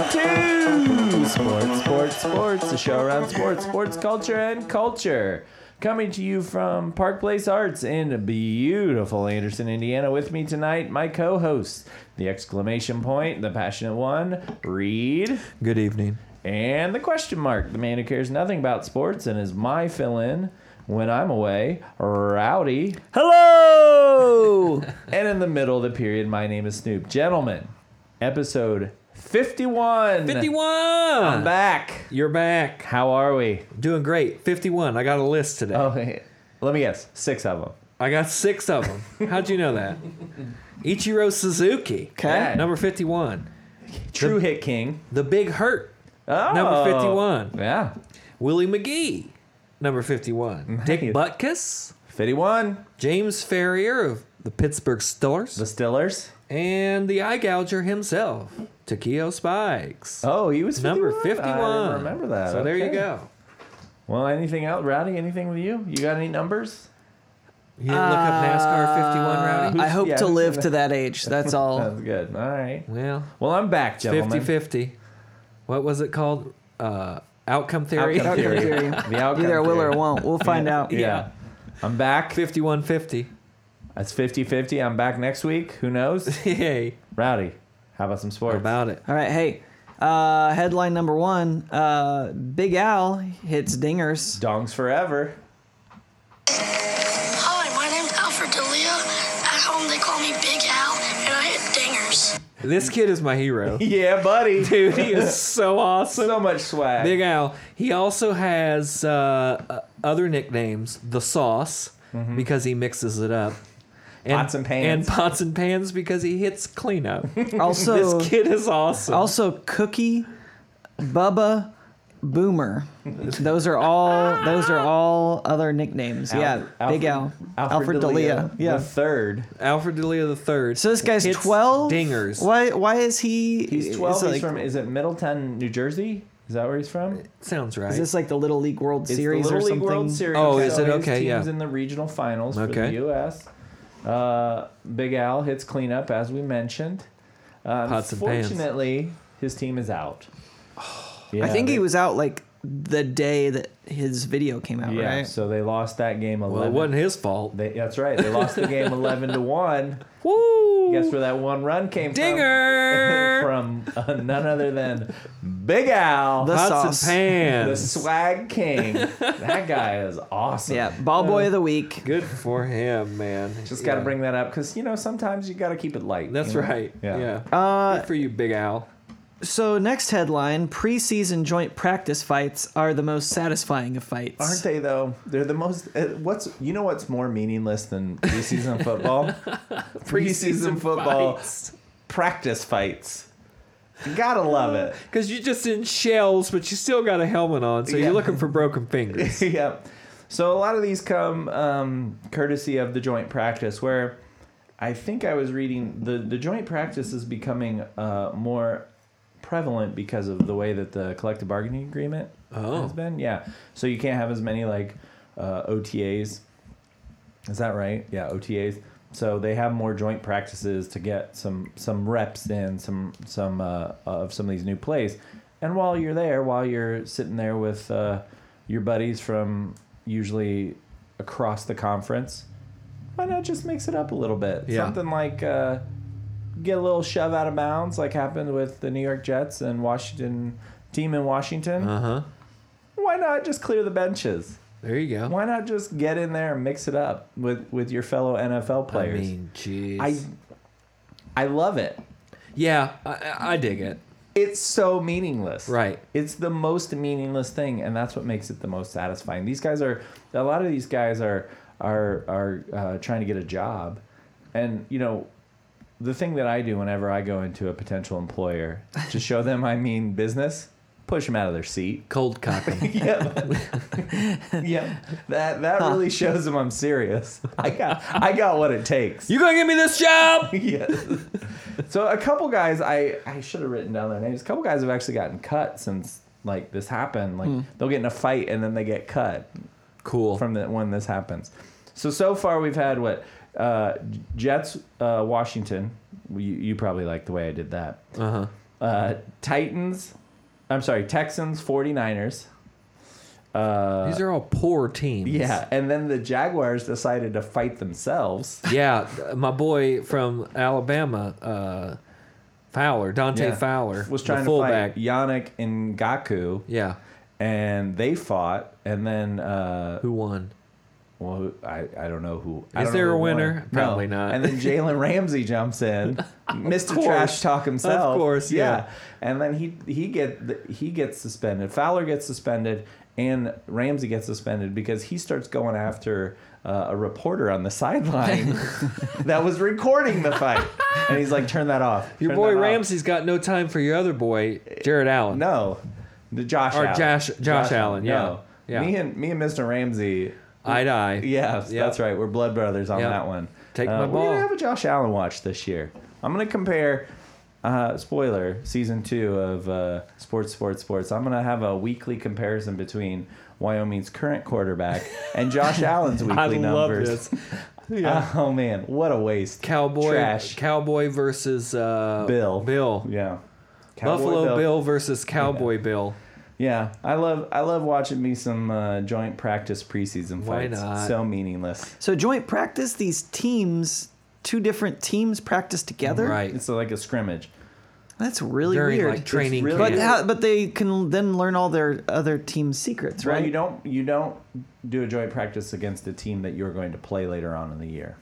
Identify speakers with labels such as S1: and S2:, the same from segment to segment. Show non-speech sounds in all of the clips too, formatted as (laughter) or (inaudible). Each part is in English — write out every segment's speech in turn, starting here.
S1: to Sports, Sports, Sports, the show around sports, sports culture, and culture. Coming to you from Park Place Arts in beautiful Anderson, Indiana. With me tonight, my co hosts, the exclamation point, the passionate one, Reed,
S2: Good evening.
S1: and the question mark, the man who cares nothing about sports and is my fill in when I'm away, Rowdy.
S2: Hello.
S1: (laughs) And in the middle of the period, my name is Snoop. Gentlemen, episode 51.
S2: 51.
S1: I'm back.
S2: You're back.
S1: How are we?
S2: Doing great. 51. I got a list today.
S1: Oh, let me guess. Six of them.
S2: I got six of them. How'd you
S1: (laughs)
S2: know that? Ichiro Suzuki.
S1: 'Kay.
S2: Number 51.
S1: True Hit King.
S2: The Big Hurt.
S1: Oh.
S2: Number 51.
S1: Yeah.
S2: Willie McGee. Number 51.
S1: (laughs)
S2: Dick
S1: Nice.
S2: Butkus.
S1: 51.
S2: James Ferrier of the Pittsburgh
S1: The
S2: Steelers.
S1: Stillers.
S2: And the eye gouger himself, Takio Spikes.
S1: Oh, he was 51?
S2: Number
S1: I
S2: 51.
S1: didn't remember that.
S2: So there you
S1: Okay.
S2: go.
S1: Well, anything else? Rowdy, anything with you? You got any numbers?
S2: You didn't look up NASCAR 51 Rowdy?
S3: Uh, I hope
S1: yeah,
S3: to
S1: Uh, who's
S3: live
S1: the-
S3: to
S1: (laughs)
S3: that age. That's (laughs) all.
S1: Sounds good. All right.
S2: Well,
S1: Well, I'm back, gentlemen.
S2: 50 50. What was it called? Uh, outcome theory?
S1: Outcome theory.
S2: (laughs)
S1: (laughs)
S3: theory.
S1: the outcome
S3: Either I will
S1: theory.
S3: or won't. We'll find out.
S1: Yeah. I'm back.
S2: 51 50.
S1: That's 50 50. I'm back next week. Who knows?
S3: (laughs)
S2: Yay.
S1: Rowdy, how about some sports?
S2: About it.
S3: All right. Hey, uh, headline number one: uh, Big Al hits
S1: (laughs)
S3: dingers.
S1: Dongs forever.
S4: Hi, my name's Alfred D'Elia. At home, they call me Big Al, and I hit dingers.
S2: This kid is my hero.
S1: Yeah,
S3: (laughs)
S1: buddy.
S2: Dude, he is so awesome.
S1: so much swag.
S2: Big Al. He also has uh, uh, other nicknames The Sauce, because he mixes it up. And,
S1: Pots and pans.
S2: And pots and pans because he hits cleanup.
S3: Also,
S2: this kid is awesome.
S3: also Cookie, Bubba,
S1: (laughs)
S3: Boomer. Those are all. Those are all other nicknames. yeah.
S1: Alfred-
S3: Big Al. Alfred, D'Elia.
S1: The
S3: Yeah.
S1: third.
S2: Alfred Delia the Third.
S3: So this guy's
S2: hits
S3: twelve.
S2: Dingers.
S3: Why? Why is he?
S1: He's
S3: is
S1: twelve.
S3: it
S1: he's
S3: like-
S1: from. Is it Middletown, New Jersey? Is that where he's from?
S2: Sounds right.
S3: Is this like the Little League World
S1: It's
S3: Series
S1: the Little
S3: or
S1: League
S3: something?
S1: World Series.
S2: Oh, is
S1: so
S2: it?
S1: his
S2: Okay, yeah.
S1: Teams in the regional finals for the
S2: Okay.
S1: U.S. Uh, Big Al hits cleanup as we mentioned. Uh,
S2: Pots and pans.
S1: unfortunately, his team is
S2: (sighs)
S1: out. Yeah,
S3: I think
S1: they-
S3: he was out like the day that his video came out,
S1: Yeah,
S3: right?
S1: so they lost that game
S2: well, it
S1: eleven.
S2: wasn't his fault.
S1: they, that's right. They lost the
S2: (laughs)
S1: game eleven to one.
S2: Woo!
S1: Guess where that one run came
S2: (laughs) Dinger!
S1: from? from uh, none other than Big Al.
S3: The
S2: Pots
S3: sauce.
S2: and
S1: The
S2: pans.
S1: swag king.
S2: (laughs)
S1: that guy is awesome.
S3: Yeah, ball
S2: Oh.
S3: boy of the week.
S2: Good for him, man.
S1: Just got to
S2: Yeah.
S1: bring that up because, you know, sometimes you got to keep it light.
S2: That's
S1: you know?
S2: right.
S1: Yeah.
S2: Yeah. Good for you, Big Al.
S3: So next headline: preseason joint practice fights are the most satisfying of fights.
S1: Aren't they, though? They're the most. Uh, what's You know what's more meaningless than preseason football?
S2: (laughs)
S1: preseason football practice fights. You gotta love it.
S2: Because you're just in shells, but you still got a helmet on, so
S1: Yeah.
S2: you're looking for broken
S1: (laughs)
S2: fingers.
S1: yeah. So a lot of these come um, courtesy of the joint practice, where I think I was reading the the joint practice is becoming uh, more prevalent because of the way that the collective bargaining agreement
S2: Oh.
S1: has been. Yeah. So you can't have as many like uh, OTAs. Is that right? Yeah, OTAs. So they have more joint practices to get some some reps in some some uh, of some of these new plays. And while you're there, while you're sitting there with uh, your buddies from usually across the conference, why not just mix it up a little bit?
S2: Yeah.
S1: Something like uh, get a little shove out of bounds, like happened with the New York Jets and Washington team in Washington.
S2: Uh huh.
S1: Why not just clear the benches?
S2: There you go.
S1: Why not just get in there and mix it up with, with your fellow NFL
S2: I
S1: players?
S2: mean, jeez.
S1: I I love it.
S2: yeah, I- I, I dig it.
S1: It's so meaningless.
S2: Right.
S1: It's the most meaningless thing, and that's what makes it the most satisfying. These guys are a lot of these guys are are are uh, trying to get a job, and you know, the thing that I do whenever I go into a potential employer to show them I mean business, push them out of their seat. (laughs)
S2: Cold cocking.
S1: Yep. yep. That that really shows them I'm serious. (laughs) I got I got what it takes. (laughs)
S2: you gonna give me this job?
S1: yes. So a couple guys, I I should have written down their names. A couple guys have actually gotten cut since like this happened. Like they'll get in a fight and then they get cut
S2: Cool.
S1: from the, when this happens. So so far we've had what uh, Jets, uh, Washington. You, you probably like the way I did that.
S2: uh huh.
S1: Uh, Titans, I'm sorry, Texans, 49ers. Uh,
S2: These are all poor teams.
S1: yeah, and then the Jaguars decided to fight themselves.
S2: (laughs) Yeah, my boy from Alabama, uh, Fowler, Dante
S1: Yeah.
S2: Fowler,
S1: was
S2: the
S1: trying to
S2: fullback.
S1: fight Yannick and Gaku,
S2: Yeah,
S1: and they fought, and then uh,
S2: who won?
S1: Well, who- I, I don't know who. I
S2: Is
S1: don't
S2: there
S1: know
S2: a
S1: who won.
S2: winner?
S1: No.
S2: Probably not.
S1: And then Jalen Ramsey jumps
S2: (laughs)
S1: in, Mr.
S2: course.
S1: Trash Talk himself.
S2: Of course, yeah.
S1: And then he he get the- he gets suspended. Fowler gets suspended, and Ramsey gets suspended because he starts going after uh, a reporter on the
S2: (laughs)
S1: sideline that was recording the fight, and he's like, "Turn that off."
S2: Your
S1: Turn
S2: boy
S1: that off."
S2: Ramsey's got no time for your other boy, Jared Allen.
S1: No, the Josh
S2: Or
S1: Allen.
S2: Josh- Josh Allen, yeah.
S1: No.
S2: Yeah.
S1: Me and me and Mr. Ramsey
S2: Eye to eye.
S1: Yes,
S2: Yep.
S1: that's right. We're blood brothers on
S2: Yep.
S1: that one. Uh,
S2: Take my
S1: We're
S2: ball.
S1: gonna have a Josh Allen watch this year. I'm gonna compare. Uh, spoiler season two of uh, sports, sports, sports. I'm gonna have a weekly comparison between Wyoming's current quarterback and
S2: (laughs)
S1: Josh Allen's weekly
S2: I love
S1: numbers. (laughs)
S2: this. Yeah.
S1: Oh man, what a waste!
S2: Cowboy,
S1: trash.
S2: Cowboy versus uh,
S1: Bill.
S2: Bill,
S1: yeah. Cowboy
S2: Buffalo Bill. versus Cowboy Bill.
S1: Yeah, I love I love watching me some uh, joint practice preseason
S2: Why
S1: fights.
S2: not?
S1: So meaningless.
S3: So joint practice, these teams, two different teams practice together.
S2: Right.
S1: It's like a scrimmage.
S3: That's really
S2: During
S3: weird.
S2: like training
S1: really-
S3: but
S2: camp.
S3: how, but they can then learn all their other team's secrets,
S1: Well,
S3: right?
S1: you don't you don't do a joint practice against a team that you're going to play later on in the year.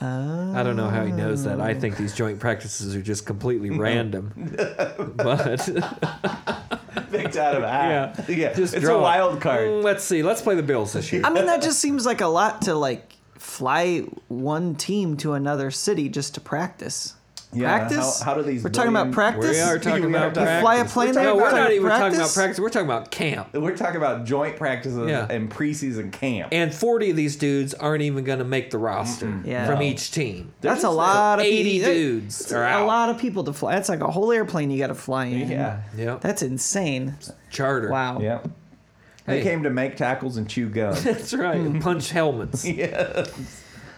S2: I don't know how he knows that. I think these joint practices are
S1: (laughs)
S2: just completely random. but
S1: (laughs)
S2: (laughs)
S1: Picked out of
S2: yeah,
S1: hat. (laughs) yeah.
S2: just
S1: it's
S2: draw
S1: a
S2: it.
S1: wild card.
S2: Mm, Let's see. Let's play the
S1: (laughs)
S2: Bills this year.
S3: I mean, that just seems like a lot to like fly one team to another city just to practice.
S1: Yeah,
S3: practice?
S1: How, how do these?
S3: We're talking about
S1: billion-
S3: practice.
S2: we are talking
S1: We
S2: about
S1: have to
S2: practice.
S3: fly a plane
S2: No,
S3: there.
S2: we're
S3: talking
S2: not even
S3: practice?
S2: talking about practice. We're talking about camp.
S1: We're talking about joint practices
S2: Yeah.
S1: and preseason camp.
S2: And 40 of these dudes aren't even going to make the roster
S3: Yeah.
S2: from
S3: No.
S2: each team.
S3: That's a lot of
S2: 80
S3: pe-
S2: dudes are
S3: A
S2: out.
S3: lot of people to fly. That's like a whole airplane you got to fly in.
S1: yeah,
S2: Yeah.
S3: That's insane.
S2: Charter.
S3: Wow.
S1: yeah.
S2: Hey.
S1: They came Mm. to make tackles and chew gum.
S2: (laughs) That's right. and
S1: (laughs)
S2: Punch helmets.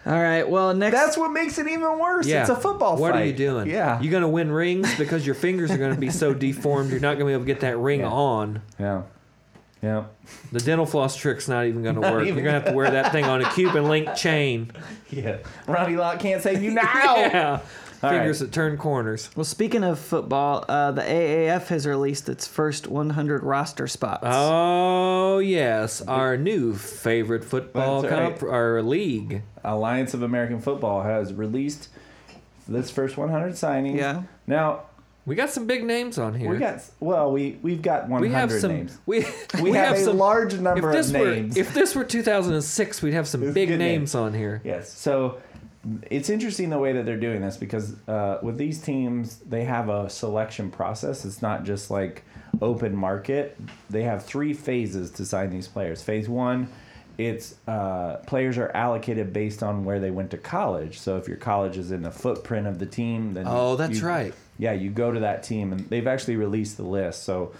S3: All right. Well, next.
S1: That's what makes it even worse.
S2: Yeah.
S1: It's a football
S2: What
S1: fight.
S2: are you doing?
S1: Yeah.
S2: You going to win rings because your fingers are going to
S1: (laughs)
S2: be so deformed, you're not going to be able to get that ring
S1: Yeah.
S2: on.
S1: yeah. Yeah.
S2: The dental floss trick's not even going to work.
S1: even.
S2: You're going to have to wear that
S1: (laughs)
S2: thing on a Cuban link chain.
S1: Yeah. Ronnie Locke can't save
S2: (laughs)
S1: you now.
S2: Yeah.
S1: right.
S2: Fingers that turn corners.
S3: well, speaking of football, uh, the AAF has released its first 100 roster spots.
S2: Oh, yes. Our new favorite football
S1: That's right.
S2: comp- or league.
S1: Alliance of American Football has released this first 100 signings.
S3: Yeah.
S1: Now
S2: We got some big names on here.
S1: we got well we we've got 100
S2: we have some
S1: names.
S2: (laughs) we
S1: We, have, a
S2: some
S1: large number
S2: if this
S1: of
S2: were
S1: names.
S2: if this were 2006 we'd have some
S1: It's
S2: big
S1: good
S2: names,
S1: names.
S2: on here
S1: yes. So it's interesting the way that they're doing this because uh, with these teams they have a selection process. It's not just like open market. They have three phases to sign these players. Phase 1 it's uh, players are allocated based on where they went to college. So if your college is in the footprint of the team, then
S2: Oh, that's
S1: you-
S2: right.
S1: Yeah, you go to that team, and they've actually released the list. So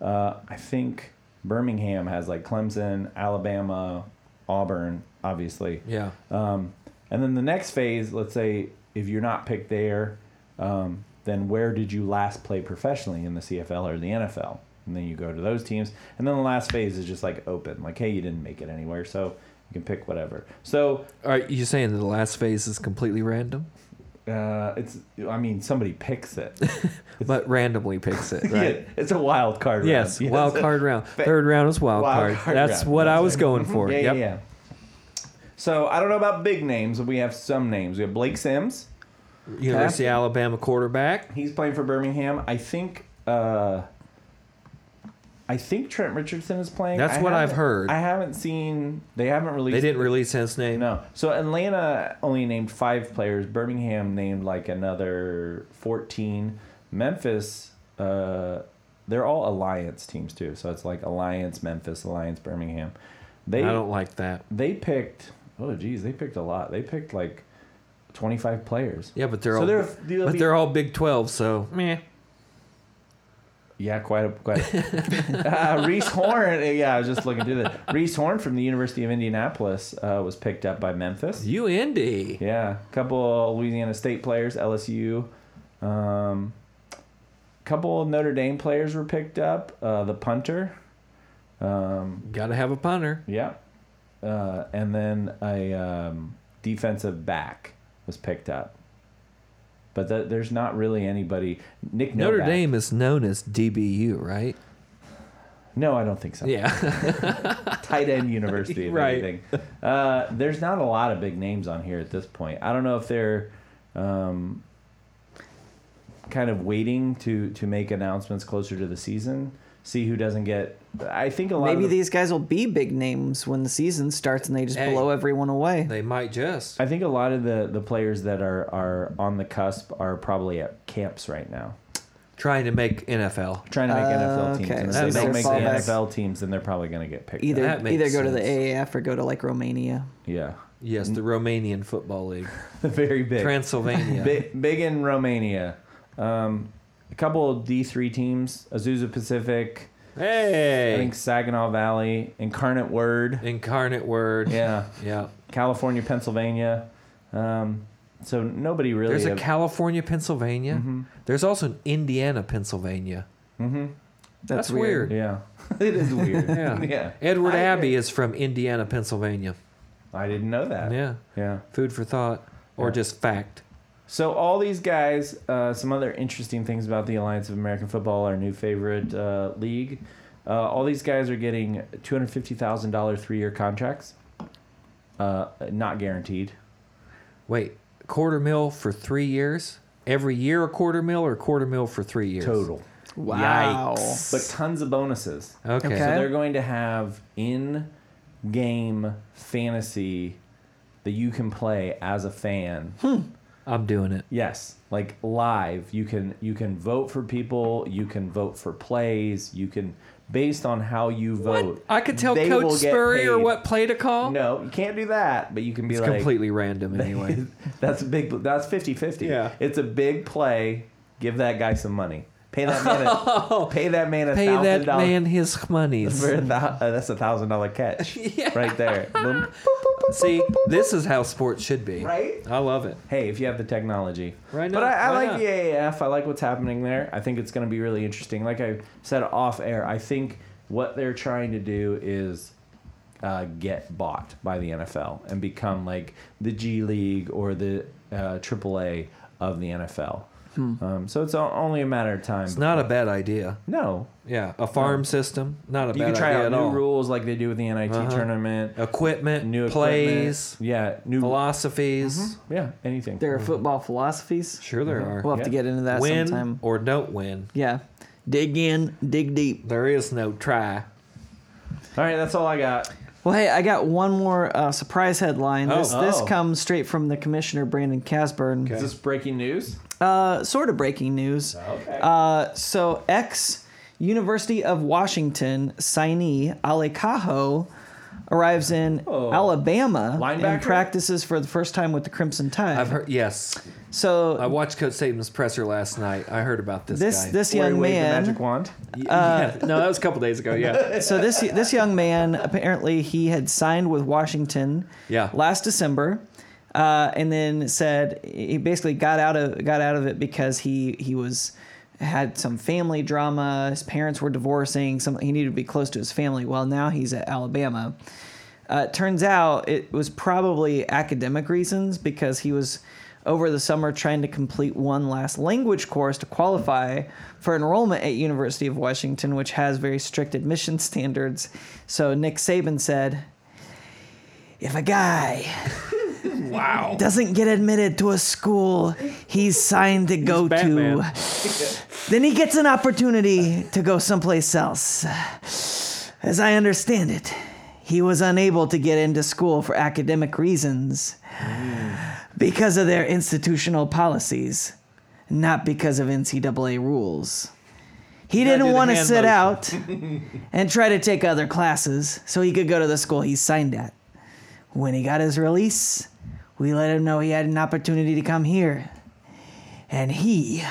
S1: uh, I think Birmingham has like Clemson, Alabama, Auburn, obviously.
S2: yeah
S1: Um, and then the next phase, let's say if you're not picked there, um, then where did you last play professionally in the CFL or the NFL? And then you go to those teams. And then the last phase is just like open, like, hey, you didn't make it anywhere, so you can pick whatever. So
S2: are you saying that the last phase is completely random
S1: uh, it's, I mean, somebody picks
S2: (laughs)
S1: it. (laughs)
S2: but randomly picks it right
S1: Yeah, it's a wild card. (laughs)
S2: Yes,
S1: round.
S2: wild card round. Third round is wild,
S1: Wild
S2: card.
S1: card
S2: That's
S1: round.
S2: what I
S1: That's
S2: was
S1: right.
S2: going for.
S1: Yeah,
S2: yep.
S1: yeah, yeah. So I don't know about big names, but we have some names. We have Blake Sims.
S2: University of Alabama quarterback.
S1: He's playing for Birmingham. I think. Uh, I think Trent Richardson is playing.
S2: That's
S1: I
S2: what I've
S1: haven't-
S2: heard.
S1: I haven't seen. They haven't released.
S2: They didn't release his name.
S1: No. So Atlanta only named five players. Birmingham named like another fourteen. Memphis, uh, they're all alliance teams too. So it's like alliance Memphis, alliance Birmingham. They
S2: I don't like that.
S1: they picked. Oh geez, they picked a lot. They picked like twenty five players.
S2: Yeah, but they're
S1: So
S2: all
S1: they're- they'll
S2: but
S1: be-
S2: they're all Big 12, so meh.
S1: Yeah, quite a quite. A, uh, Reese Horn. Yeah, I was just looking through that. Reese Horn from the University of Indianapolis uh, was picked up by Memphis.
S2: You Indy.
S1: Yeah, a couple Louisiana State players, LSU. Um, couple of Notre Dame players were picked up. Uh, the punter,
S2: Gotta have a punter.
S1: yeah, uh, and then a um, defensive back was picked up. But that, there's not really anybody. Nick
S2: Notre
S1: Novak-
S2: Dame is known as DBU, right?
S1: No, I don't think so.
S2: Yeah.
S1: tight end university if
S2: Right.
S1: anything. Uh, there's not a lot of big names on here at this point. I don't know if they're um, kind of waiting to to make announcements closer to the season. See who doesn't get. I think a lot.
S3: Maybe
S1: of the-
S3: these guys will be big names when the season starts and they just
S2: Hey.
S3: blow everyone away.
S2: they might just.
S1: I think a lot of the the players that are are on the cusp are probably at camps right now,
S2: Trying to make NFL.
S1: trying to make NFL teams.
S3: okay.
S1: And if
S2: So
S1: they don't
S2: they're
S1: make the
S3: fallbacks.
S1: NFL teams, then they're probably going to get picked.
S3: either
S1: up.
S2: That makes
S3: either go to the
S2: sense.
S3: AAF or go to like Romania.
S1: Yeah, (laughs)
S2: Yes, the Romanian Football League.
S1: very big.
S2: Transylvania.
S1: (laughs) big, big in Romania. Um, a couple of D3 teams, Azusa Pacific, I
S2: Hey.
S1: think Saginaw Valley, Incarnate Word,
S2: Incarnate Word.
S1: yeah,
S2: Yeah.
S1: California, Pennsylvania. Um, so nobody really.
S2: There's a
S1: of-
S2: California, Pennsylvania.
S1: Mm-hmm.
S2: There's also an Indiana, Pennsylvania.
S3: That's,
S2: That's weird. (laughs)
S1: yeah, it is (laughs) weird.
S2: Yeah. Edward Abbey is from Indiana, Pennsylvania.
S1: I didn't know that.
S2: Yeah.
S1: yeah.
S2: Food for thought or
S1: Yeah.
S2: just fact.
S1: So all these guys, uh, some other interesting things about the Alliance of American Football, our new favorite uh, league. Uh, all these guys are getting two hundred fifty thousand dollar three year contracts, uh, not guaranteed.
S2: Wait, quarter mil for three years? Every year a quarter mil or quarter mil for three years?
S1: total,
S3: Wow.
S2: Yikes.
S1: but tons of bonuses.
S2: Okay.
S1: So
S3: Okay.
S1: they're going to have in game fantasy that you can play as a fan.
S2: I'm doing it.
S1: Yes, like live. You can you can vote for people. You can vote for plays. You can based on how you vote.
S2: I could tell
S1: they
S2: Coach
S1: will get
S2: Spurrier
S1: paid.
S2: what play to call.
S1: No, you can't do that. But you can be
S2: It's
S1: like
S2: completely random
S1: (laughs)
S2: anyway.
S1: That's a big. That's 50-50.
S2: Yeah.
S1: it's a big play. Give that guy some money. Pay that man.
S2: (laughs)
S1: A, pay that man a
S2: Oh. Pay
S1: thousand
S2: that
S1: dollars.
S2: man
S1: (laughs)
S2: his monies.
S1: For a thou- uh, that's a thousand dollar catch
S2: (laughs) Yeah.
S1: right there. Boom.
S2: See, this is how sports should be.
S1: Right?
S2: I love it.
S1: hey, if you have the technology.
S2: Right
S1: But
S2: now,
S1: I, I
S2: why
S1: like
S2: not?
S1: the AAF. I like what's happening there. I think it's going to be really interesting. Like I said off air, I think what they're trying to do is uh, get bought by the NFL and become like the G League or the uh, AAA of the NFL. Um, so it's o- only a matter of time.
S2: It's not a bad idea.
S1: no.
S2: Yeah, a farm system, not a
S1: You
S2: bad
S1: can try
S2: idea
S1: out
S2: at
S1: new
S2: all.
S1: rules like they do with the NIT tournament.
S2: Equipment,
S1: New
S2: Uh-huh. plays,
S1: equipment. Yeah. New.
S2: philosophies.
S1: Yeah. Anything.
S3: There are football philosophies.
S2: Mm-hmm.
S3: Mm-hmm.
S2: Sure, there are.
S3: We'll have to
S1: Yeah.
S3: get into that
S2: win
S3: sometime.
S2: or don't win.
S3: Yeah. Dig in, dig deep.
S2: There is no try.
S1: All right. That's all I got.
S3: Well, hey, I got one more uh, surprise headline.
S2: Oh.
S3: this this
S1: Oh.
S3: comes straight from the commissioner Brandon Casburn.
S1: Is this breaking news?
S3: Uh, sort of breaking news.
S1: Okay.
S3: Uh, so ex University of Washington signee Alekaho arrives in
S1: Oh.
S3: Alabama
S1: Linebacker?
S3: and practices for the first time with the Crimson Tide.
S2: I've heard. Yes,
S3: so
S2: I watched Coach Saban's presser last night. I heard about this. uh,
S3: this
S2: guy.
S3: this
S1: Where he
S3: young
S1: waved the
S3: man
S1: magic wand.
S2: Y- yeah. No, that was a couple days
S1: (laughs)
S2: ago. Yeah.
S3: so this this young man apparently he had signed with Washington
S2: Yeah.
S3: last December, uh, and then said he basically got out of got out of it because he he was had some family drama. His parents were divorcing. Something he needed to be close to his family. Well, now he's at Alabama. Uh, it turns out it was probably academic reasons because he was over the summer trying to complete one last language course to qualify for enrollment at University of Washington, which has very strict admission (laughs) standards. So Nick Saban said, "If a guy doesn't get admitted to a school he's signed to go to,
S2: Batman.
S3: then he gets an opportunity to go someplace else. As I understand it, he was unable to get into school for academic reasons because of their institutional policies, not because of NCAA rules. He
S2: gotta do
S3: didn't
S2: the
S3: want to
S2: hand
S3: sit
S2: motion.
S3: out
S2: (laughs)
S3: and try to take other classes so he could go to the school he signed at. When he got his release, we let him know he had an opportunity to come here. And he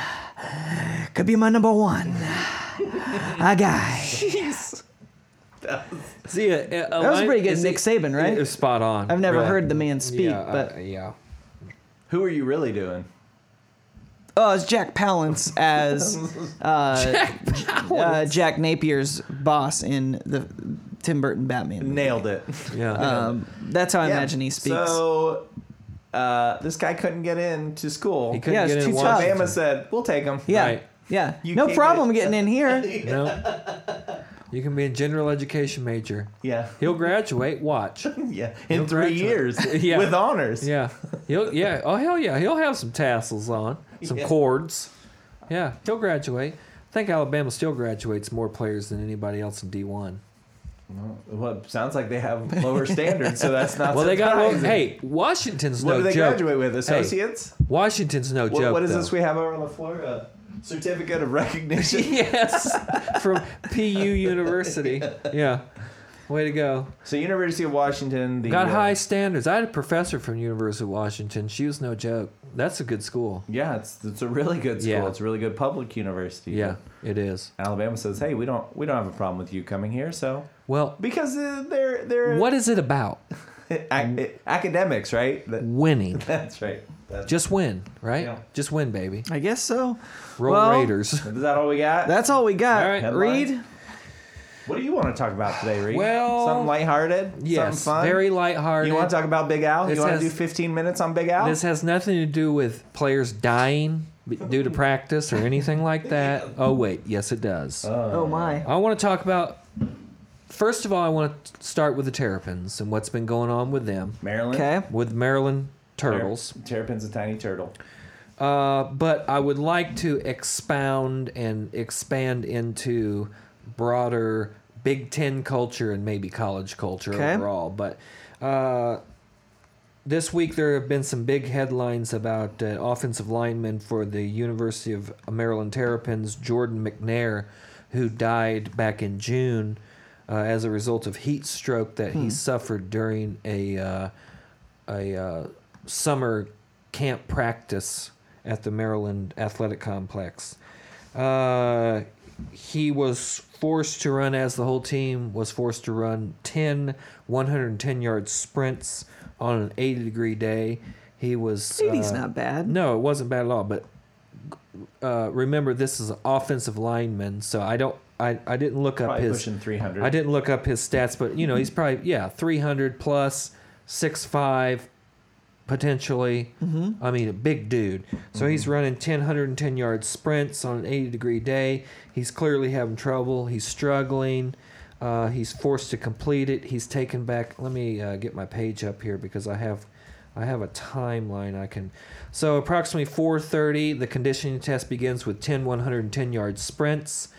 S3: could be my number one. A guy.
S2: See, uh, a, a
S3: That was pretty good, Nick Saban, right?
S2: It was spot on.
S3: I've never
S2: Really.
S1: uh,
S3: heard the man speak,
S2: yeah,
S3: but
S2: I, yeah.
S1: Who are you really doing?
S3: Oh, it's Jack Palance
S1: (laughs)
S3: as
S2: Jack
S3: uh, Jack Napier's boss in the Tim Burton Batman. movie.
S1: Nailed
S2: (laughs)
S1: it.
S2: Yeah.
S3: Um, that's how I
S1: Yeah.
S3: imagine he speaks.
S1: So uh, this guy couldn't get into school.
S2: he couldn't
S3: yeah, it's
S2: get in
S3: too
S2: Washington.
S3: tough.
S1: Alabama said, "We'll take him."
S3: yeah,
S2: right.
S3: yeah,
S1: You
S3: no
S1: can't
S3: problem
S1: get-
S3: getting
S1: (laughs)
S3: in here.
S2: No. You can be a general education major.
S1: Yeah. (laughs)
S2: He'll graduate. Watch.
S1: Yeah.
S2: He'll
S1: In three
S2: graduate.
S1: years
S2: (laughs) Yeah.
S1: with honors.
S2: Yeah. He'll yeah. Oh hell yeah. He'll have some tassels on, some
S1: Yeah.
S2: cords. Yeah. He'll graduate. I think Alabama still graduates more players than anybody else in D one.
S1: Well, it sounds like they have lower standards, so that's not.
S2: (laughs) Well, they got well,
S1: surprising.
S2: hey Washington's
S1: What
S2: no
S1: do they
S2: joke.
S1: graduate with? Associates.
S2: Washington's no
S1: What-
S2: joke.
S1: what is
S2: though.
S1: this we have over on the floor? A certificate of recognition.
S2: (laughs) yes, from PU University. Yeah, way to go.
S1: so, University of Washington. The,
S2: Got
S1: uh,
S2: high standards. I had a professor from University of Washington. She was no joke. That's a good school.
S1: Yeah, it's it's a really good school.
S2: Yeah.
S1: It's a really good public university.
S2: Yeah, it is.
S1: Alabama says, "Hey, we don't we don't have a problem with you coming here." So
S2: Well,
S1: because uh, they're they're uh,
S2: what is it about
S1: ac- academics, right? That- (laughs)
S2: winning?
S1: that's right. That's,
S2: Just win, right?
S1: Yeah.
S2: Just win, baby.
S3: I guess so.
S2: Roll
S3: Well,
S2: Raiders.
S1: is that all we got?
S3: That's all we got.
S2: All right.
S1: Headline.
S3: Reed,
S1: what do you want to talk about today, Reed?
S2: Well,
S1: something lighthearted,
S2: (laughs) Yes,
S1: something fun.
S2: very lighthearted.
S1: you want to talk about Big Al?
S2: This
S1: You want
S2: has-
S1: to do 15 minutes on Big Al?
S2: This has nothing to do with players dying b- due to practice or anything
S1: (laughs)
S2: like that. Oh wait, yes it does.
S3: oh my,
S2: I want to talk about. First of all, I want to start with the Terrapins and what's been going on with them,
S1: Maryland.
S3: okay,
S2: with Maryland Turtles.
S1: Ter- Terrapin's a tiny turtle.
S2: Uh, but I would like to expound and expand into broader Big Ten culture and maybe college culture
S3: Okay.
S2: overall. But uh, this week there have been some big headlines about uh, offensive lineman for the University of Maryland Terrapins, Jordan McNair, who died back in June uh, as a result of heat stroke that he suffered during a uh, a uh, summer camp practice at the Maryland Athletic Complex. Uh, he was forced to run as the whole team was forced to run 10 110 yard sprints on an 80 degree day. He was
S3: Eighty's
S2: uh,
S3: not bad.
S2: no, it wasn't bad at all. But uh, remember, this is an offensive lineman, so I don't. I, I didn't look up
S1: Probably
S2: his.
S1: pushing 300.
S2: I didn't look up his stats, but you know he's probably yeah 300 plus, six five, potentially. I mean a big dude. So he's running 10 110 yard sprints on an 80 degree day. He's clearly having trouble. He's struggling. Uh, he's forced to complete it. He's taken back. Let me uh, get my page up here because I have. I have a timeline I can. So approximately 4:30, the conditioning test begins with 10 110-yard sprints.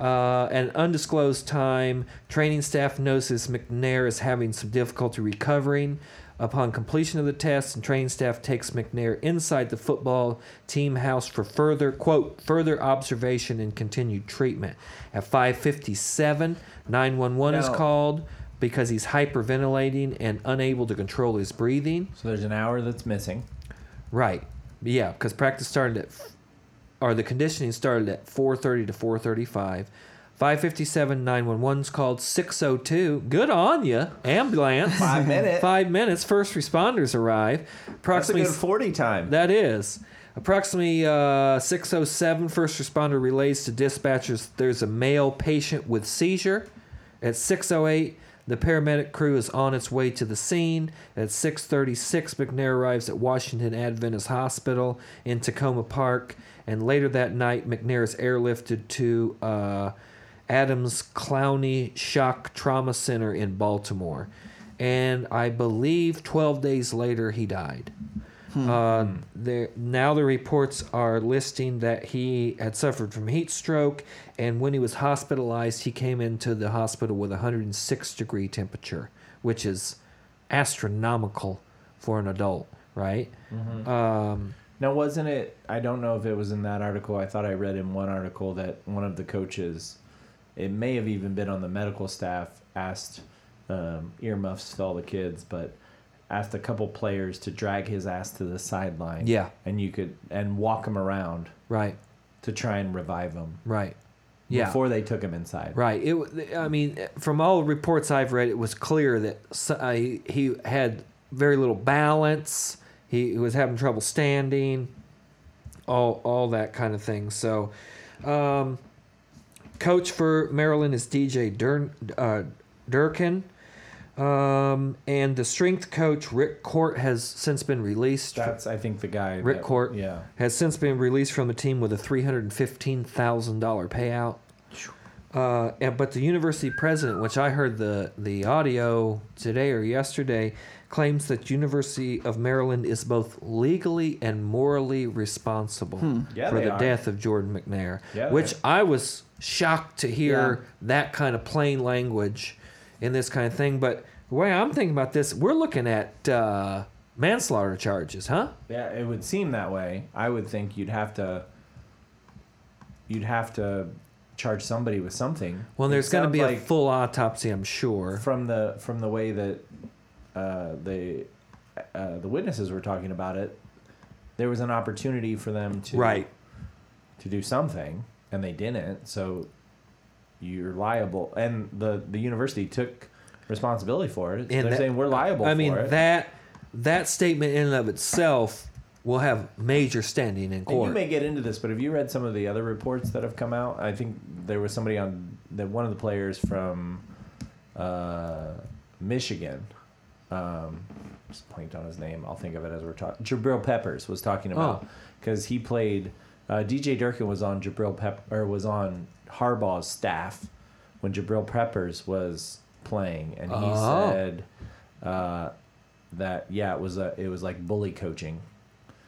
S2: Uh, an undisclosed time, training staff notices McNair is having some difficulty recovering. Upon completion of the test, and training staff takes McNair inside the football team house for further quote further observation and continued treatment. At 5:57, 911 is
S1: Now-
S2: called because he's hyperventilating and unable to control his breathing.
S1: So there's an hour that's missing.
S2: Right. Yeah, because practice started at, or the conditioning started at 4:30 to 4:35. 557 911's called 602. Good on you. Ambulance.
S1: Five minute.
S2: Five minutes. First responders arrive.
S1: That's a
S2: Approximately
S1: good 40 time.
S2: that is. Approximately uh, 607, first responder relays to dispatchers there's a male patient with seizure. At 608, the paramedic crew is on its way to the scene. At 636, McNair arrives at Washington Adventist Hospital in Tacoma Park. And later that night, McNair is airlifted to uh, Adams Clowney Shock Trauma Center in Baltimore. And I believe 12 days later, he died. Uh, there now the reports are listing that he had suffered from heat stroke, and when he was hospitalized, he came into the hospital with 106 degree temperature, which is astronomical for an adult, right? Um,
S1: Now, wasn't it? I don't know if it was in that article. I thought I read in one article that one of the coaches, it may have even been on the medical staff, asked um, earmuffs to all the kids, but asked a couple players to drag his ass to the sideline.
S2: Yeah.
S1: and you could and walk him around
S2: right,
S1: to try and revive him
S2: right, yeah.
S1: before they took him inside.
S2: Right. It. w- I mean, from all reports I've read, it was clear that s- uh, he, he had very little balance. He was having trouble standing. all all that kind of thing. So, um, coach for Maryland is DJ Dur- uh, Durkin. Um, and the strength coach Rick Court has since been released.
S1: That's I think the guy.
S2: Rick
S1: that-
S2: Court
S1: Yeah.
S2: has since been released from the team with a three hundred fifteen thousand dollar payout. Uh, and, but the university president, which I heard the the audio today or yesterday, claims that University of Maryland is both legally and morally responsible
S1: Yeah,
S2: for
S1: they
S2: the
S1: are.
S2: death of Jordan McNair,
S1: Yeah,
S2: which
S1: they-
S2: I was shocked to hear
S3: Yeah.
S2: that kind of plain language in this kind of thing. But the way I'm thinking about this, we're looking at uh, manslaughter charges, huh?
S1: Yeah, it would seem that way. I would think you'd have to. You'd have to charge somebody with something.
S2: Well,
S1: It
S2: there's going to
S1: sounds
S2: be a
S1: like
S2: full autopsy, I'm sure.
S1: from the from the way that uh, the uh, the witnesses were talking about it. There was an opportunity for them to
S2: Right.
S1: to do something, and they didn't. So you're liable, and the the university took responsibility for it. So
S2: And
S1: they're
S2: that-
S1: saying we're liable.
S2: I
S1: for
S2: mean
S1: it.
S2: that that statement in and of itself will have major standing in
S1: And
S2: court.
S1: you may get into this, but have you read some of the other reports that have come out? I think there was somebody on that one of the players from uh, Michigan. Um, just blanked on his name. I'll think of it as we're talking. Jabril Peppers was talking about
S2: Oh.
S1: because he played. Uh, DJ Durkin was on Jabril Pep or was on Harbaugh's staff when Jabril Peppers was playing, and he
S2: Oh.
S1: said uh, that yeah, it was a it was like bully coaching.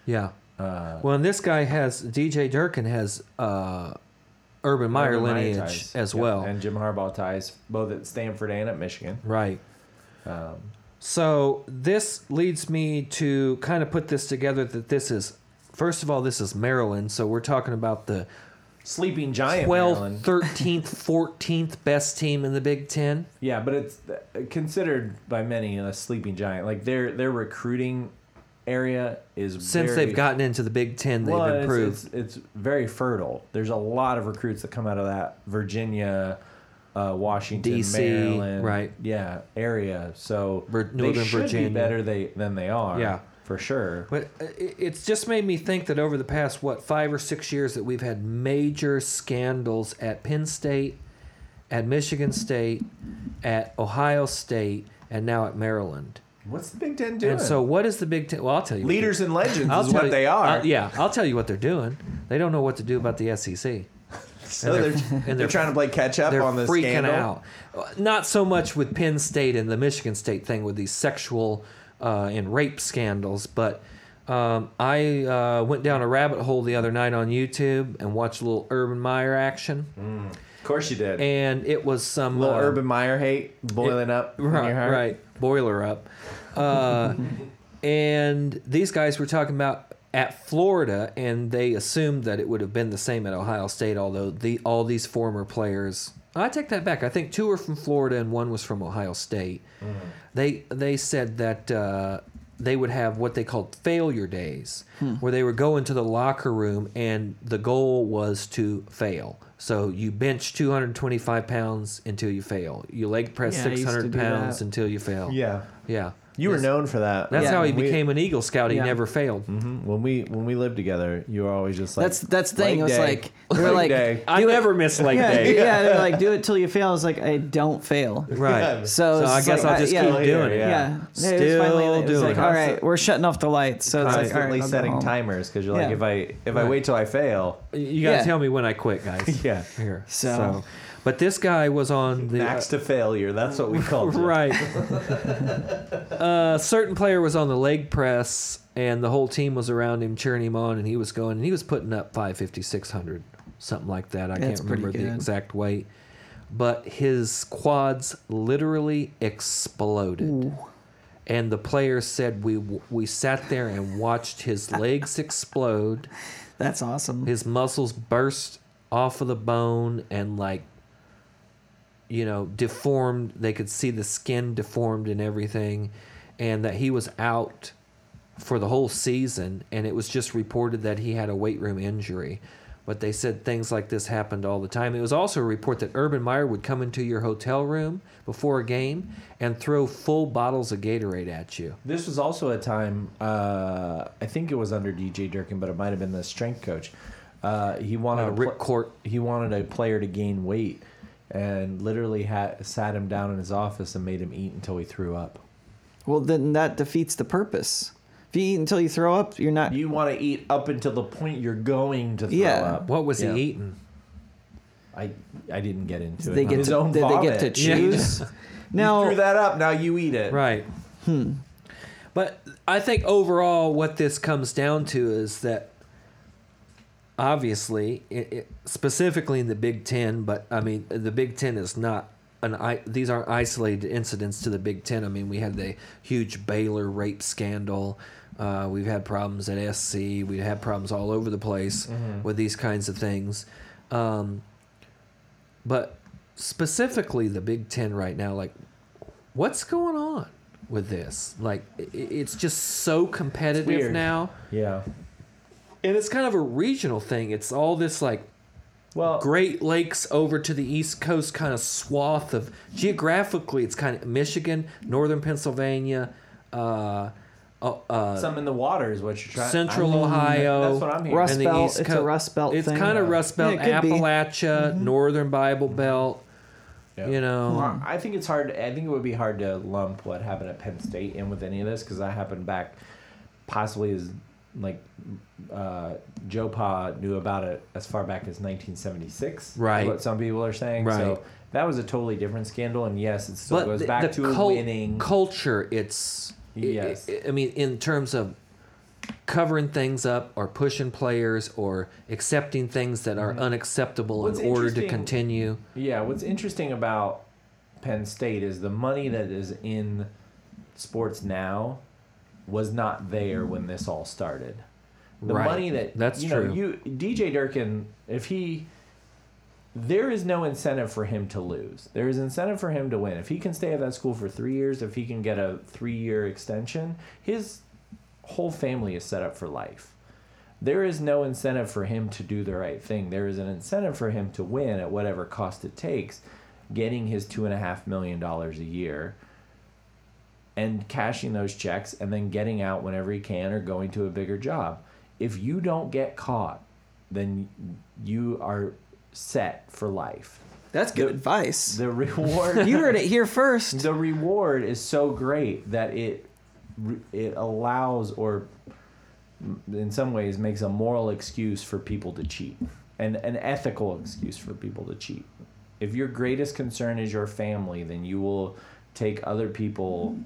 S2: yeah.
S1: Uh,
S2: well, and this guy has DJ Durkin has uh, Urban Meyer
S1: Urban Meyer
S2: lineage
S1: ties.
S2: as
S1: Yep.
S2: well,
S1: And Jim Harbaugh ties, both at Stanford and at Michigan.
S2: right?
S1: um,
S2: so this leads me to kind of put this together. That this is first of all, this is Maryland, so we're talking about the
S1: Sleeping Giant,
S2: 12th,
S1: Maryland.
S2: 13th, 14th best team in the Big Ten.
S1: Yeah, but it's uh, considered by many a sleeping giant. Like their their recruiting area is
S2: Since
S1: very-
S2: they've gotten into the Big Ten, they've
S1: well, it's-
S2: improved.
S1: It's, it's, very fertile. There's a lot of recruits that come out of that Virginia, uh, Washington,
S2: DC,
S1: Maryland,
S2: right.
S1: Yeah, area. So
S2: Vir-
S1: they
S2: Northern
S1: should
S2: Virginia.
S1: be better they, than they are.
S2: Yeah.
S1: for sure.
S2: But it- it's just made me think that over the past what five or six years that we've had major scandals at Penn State, at Michigan State, at Ohio State, and now at Maryland.
S1: What's the Big Ten doing?
S2: And so, what is the Big Ten? Well, I'll tell you. what
S1: leaders
S2: they're-
S1: and legends
S2: I'll
S1: is
S2: tell
S1: what
S2: you-
S1: they are.
S2: I'll- yeah, I'll tell you what they're doing. They don't know what to do about the E SEC.
S1: So they're,
S2: And they're-
S1: they're,
S2: and they're-
S1: trying to play catch up
S2: They're
S1: on this
S2: freaking
S1: scandal.
S2: out. Uh, Not so much with Penn State and the Michigan State thing with these sexual uh, and rape scandals, but um, I uh, went down a rabbit hole the other night on YouTube and watched a little Urban Meyer action,
S1: Of course you did.
S2: and it was some
S1: Mm-hmm. Little
S2: uh,
S1: Urban Meyer hate boiling
S2: it-
S1: up in
S2: Right,
S1: your heart.
S2: right. Boiler up. Uh, and these guys were talking about at Florida, and they assumed that it would have been the same at Ohio State, although the all these former players. I take that back. I think two were from Florida and one was from Ohio State.
S1: Mm-hmm.
S2: They they said that uh, they would have what they called failure days,
S3: Hmm.
S2: where they would go into the locker room and the goal was to fail. So you bench 225 pounds until you fail. You leg press
S3: Yeah, I used to
S2: 600
S3: do
S2: pounds
S3: that.
S2: until you fail.
S1: Yeah.
S2: Yeah.
S1: You were
S2: That's-
S1: known for that.
S2: That's
S3: Yeah.
S2: how he
S1: When we- Mm-hmm.
S2: became an Eagle Scout. He
S3: Yeah.
S2: never failed.
S1: When we when we lived together, you were always just like
S3: That's- that's the
S1: "Leg
S3: thing, it was
S1: day,
S3: like- they were
S1: leg
S3: like-
S1: day."
S2: I never miss leg
S3: Yeah,
S2: day.
S3: (laughs) yeah, they're like, do it till you fail. I was like, I don't fail.
S2: Right.
S3: So,
S2: So I
S3: it's
S2: guess
S3: like,
S2: I'll just
S3: (laughs) yeah,
S2: keep doing it.
S1: yeah.
S2: Yeah.
S3: Yeah. It was finally- it
S2: Still
S3: was
S2: doing
S3: like,
S2: it.
S3: all right, we're shutting off the lights. So it's like, all
S1: constantly
S3: right, I'll go
S1: setting
S3: home.
S1: timers because you're like
S3: Yeah.
S1: if I if I
S2: Right.
S1: wait till I fail,
S2: You gotta
S3: Yeah.
S2: tell me when I quit,
S3: (laughs)
S1: (laughs)
S2: guys.
S1: Yeah.
S2: Here. So.
S3: So-
S2: but this guy was on the
S1: max to failure. That's what
S3: (laughs)
S1: we called it.
S2: right.
S1: (laughs)
S2: Uh, a certain player was on the leg press, and the whole team was around him cheering him on, and he was going, and he was putting up 550, 600, something like that. I
S3: That's
S2: can't remember
S3: pretty
S2: the
S3: good.
S2: exact weight, but his quads literally exploded. And the player said we we sat there and watched his legs explode
S3: That's awesome.
S2: his muscles burst off of the bone and like you know deformed they could see the skin deformed and everything and that he was out for the whole season and it was just reported that he had a weight room injury But they said things like this happened all the time. It was also a report that Urban Meyer would come into your hotel room before a game and throw full bottles of Gatorade at you.
S1: This was also a time, uh, I think it was under DJ Durkin, but it might have been the strength coach. Uh, he wanted
S2: Uh,
S1: a
S2: Rick Court.
S1: He wanted a player to gain weight, and literally had, sat him down in his office and made him eat until he threw up.
S3: Well, then that defeats the purpose. If you eat until you throw up, you're not.
S1: You want to eat up until the point you're going to throw
S3: Yeah.
S1: up.
S2: What was
S1: Yeah.
S2: he eating?
S1: I I didn't get into
S3: Did
S1: it.
S3: they get
S1: His
S3: to,
S1: own
S3: did they get to
S1: vomit.
S2: Yeah.
S1: (laughs)
S3: choose?
S1: You
S3: (laughs) now,
S1: threw that up. Now you eat it.
S2: Right. Hmm. But I think overall, what this comes down to is that obviously, it, it, specifically in the Big Ten, but I mean, the Big Ten is not an i- these aren't isolated incidents to the Big Ten. I mean, we had the huge Baylor rape scandal. Uh, we've had problems at SC. We've had problems all over the place with these kinds of things. Um, but specifically, the Big Ten right now, like what's going on with this? Like, i- i- it's just so competitive
S1: weird.
S2: now,
S1: Yeah.
S2: and it's kind of a regional thing. It's all this like
S1: Well,
S2: Great Lakes over to the East Coast kind of swath of geographically, it's kind of Michigan, Northern Pennsylvania, uh, uh, uh,
S1: some in the water is what you're trying.
S2: Central
S1: I mean,
S2: Ohio,
S1: That's what I'm hearing.
S3: Rust
S2: and the
S3: Belt,
S2: East
S3: it's a
S2: Coast.
S3: Rust Belt
S2: It's
S3: thing.
S2: kind of Rust Belt,
S3: Yeah, it could be. Mm-hmm.
S2: Appalachia, Northern Bible Belt.
S1: Yeah.
S2: You know,
S1: Well, I think it's hard. I think it would be hard to lump what happened at Penn State in with any of this because that happened back, possibly as like uh, Joe Pa knew about it as far back as 1976. is
S2: Right.
S1: What some people are saying.
S2: Right.
S1: So that was a totally different scandal, and yes, it still goes
S2: the-
S1: back
S2: the
S1: to
S2: cul-
S1: winning.
S2: culture. It's I-
S1: Yes.
S2: I, I mean, in terms of covering things up or pushing players or accepting things that are unacceptable
S1: Mm-hmm. What's
S2: in order to
S1: interesting-
S2: continue.
S1: Yeah, what's interesting about Penn State is the money that is in sports now was not there when this all started. The
S2: Right.
S1: money that
S2: That's
S1: you
S2: true.
S1: Know, you DJ Durkin, if he there is no incentive for him to lose. There is incentive for him to win. If he can stay at that school for 3 years, if he can get a 3-year extension, his whole family is set up for life there is no incentive for him to do the right thing. There is an incentive for him to win at whatever cost it takes, getting his two and a half million dollars a year and cashing those checks and then getting out whenever he can or going to a bigger job. If you don't get caught, then you are set for life. (laughs)
S3: that's good advice.
S1: The
S3: (laughs)
S1: reward
S3: you heard it here first.
S1: the reward is so great that it it allows or in some ways makes a moral excuse for people to cheat and an ethical excuse for people to cheat if your greatest concern is your family then you will take other people's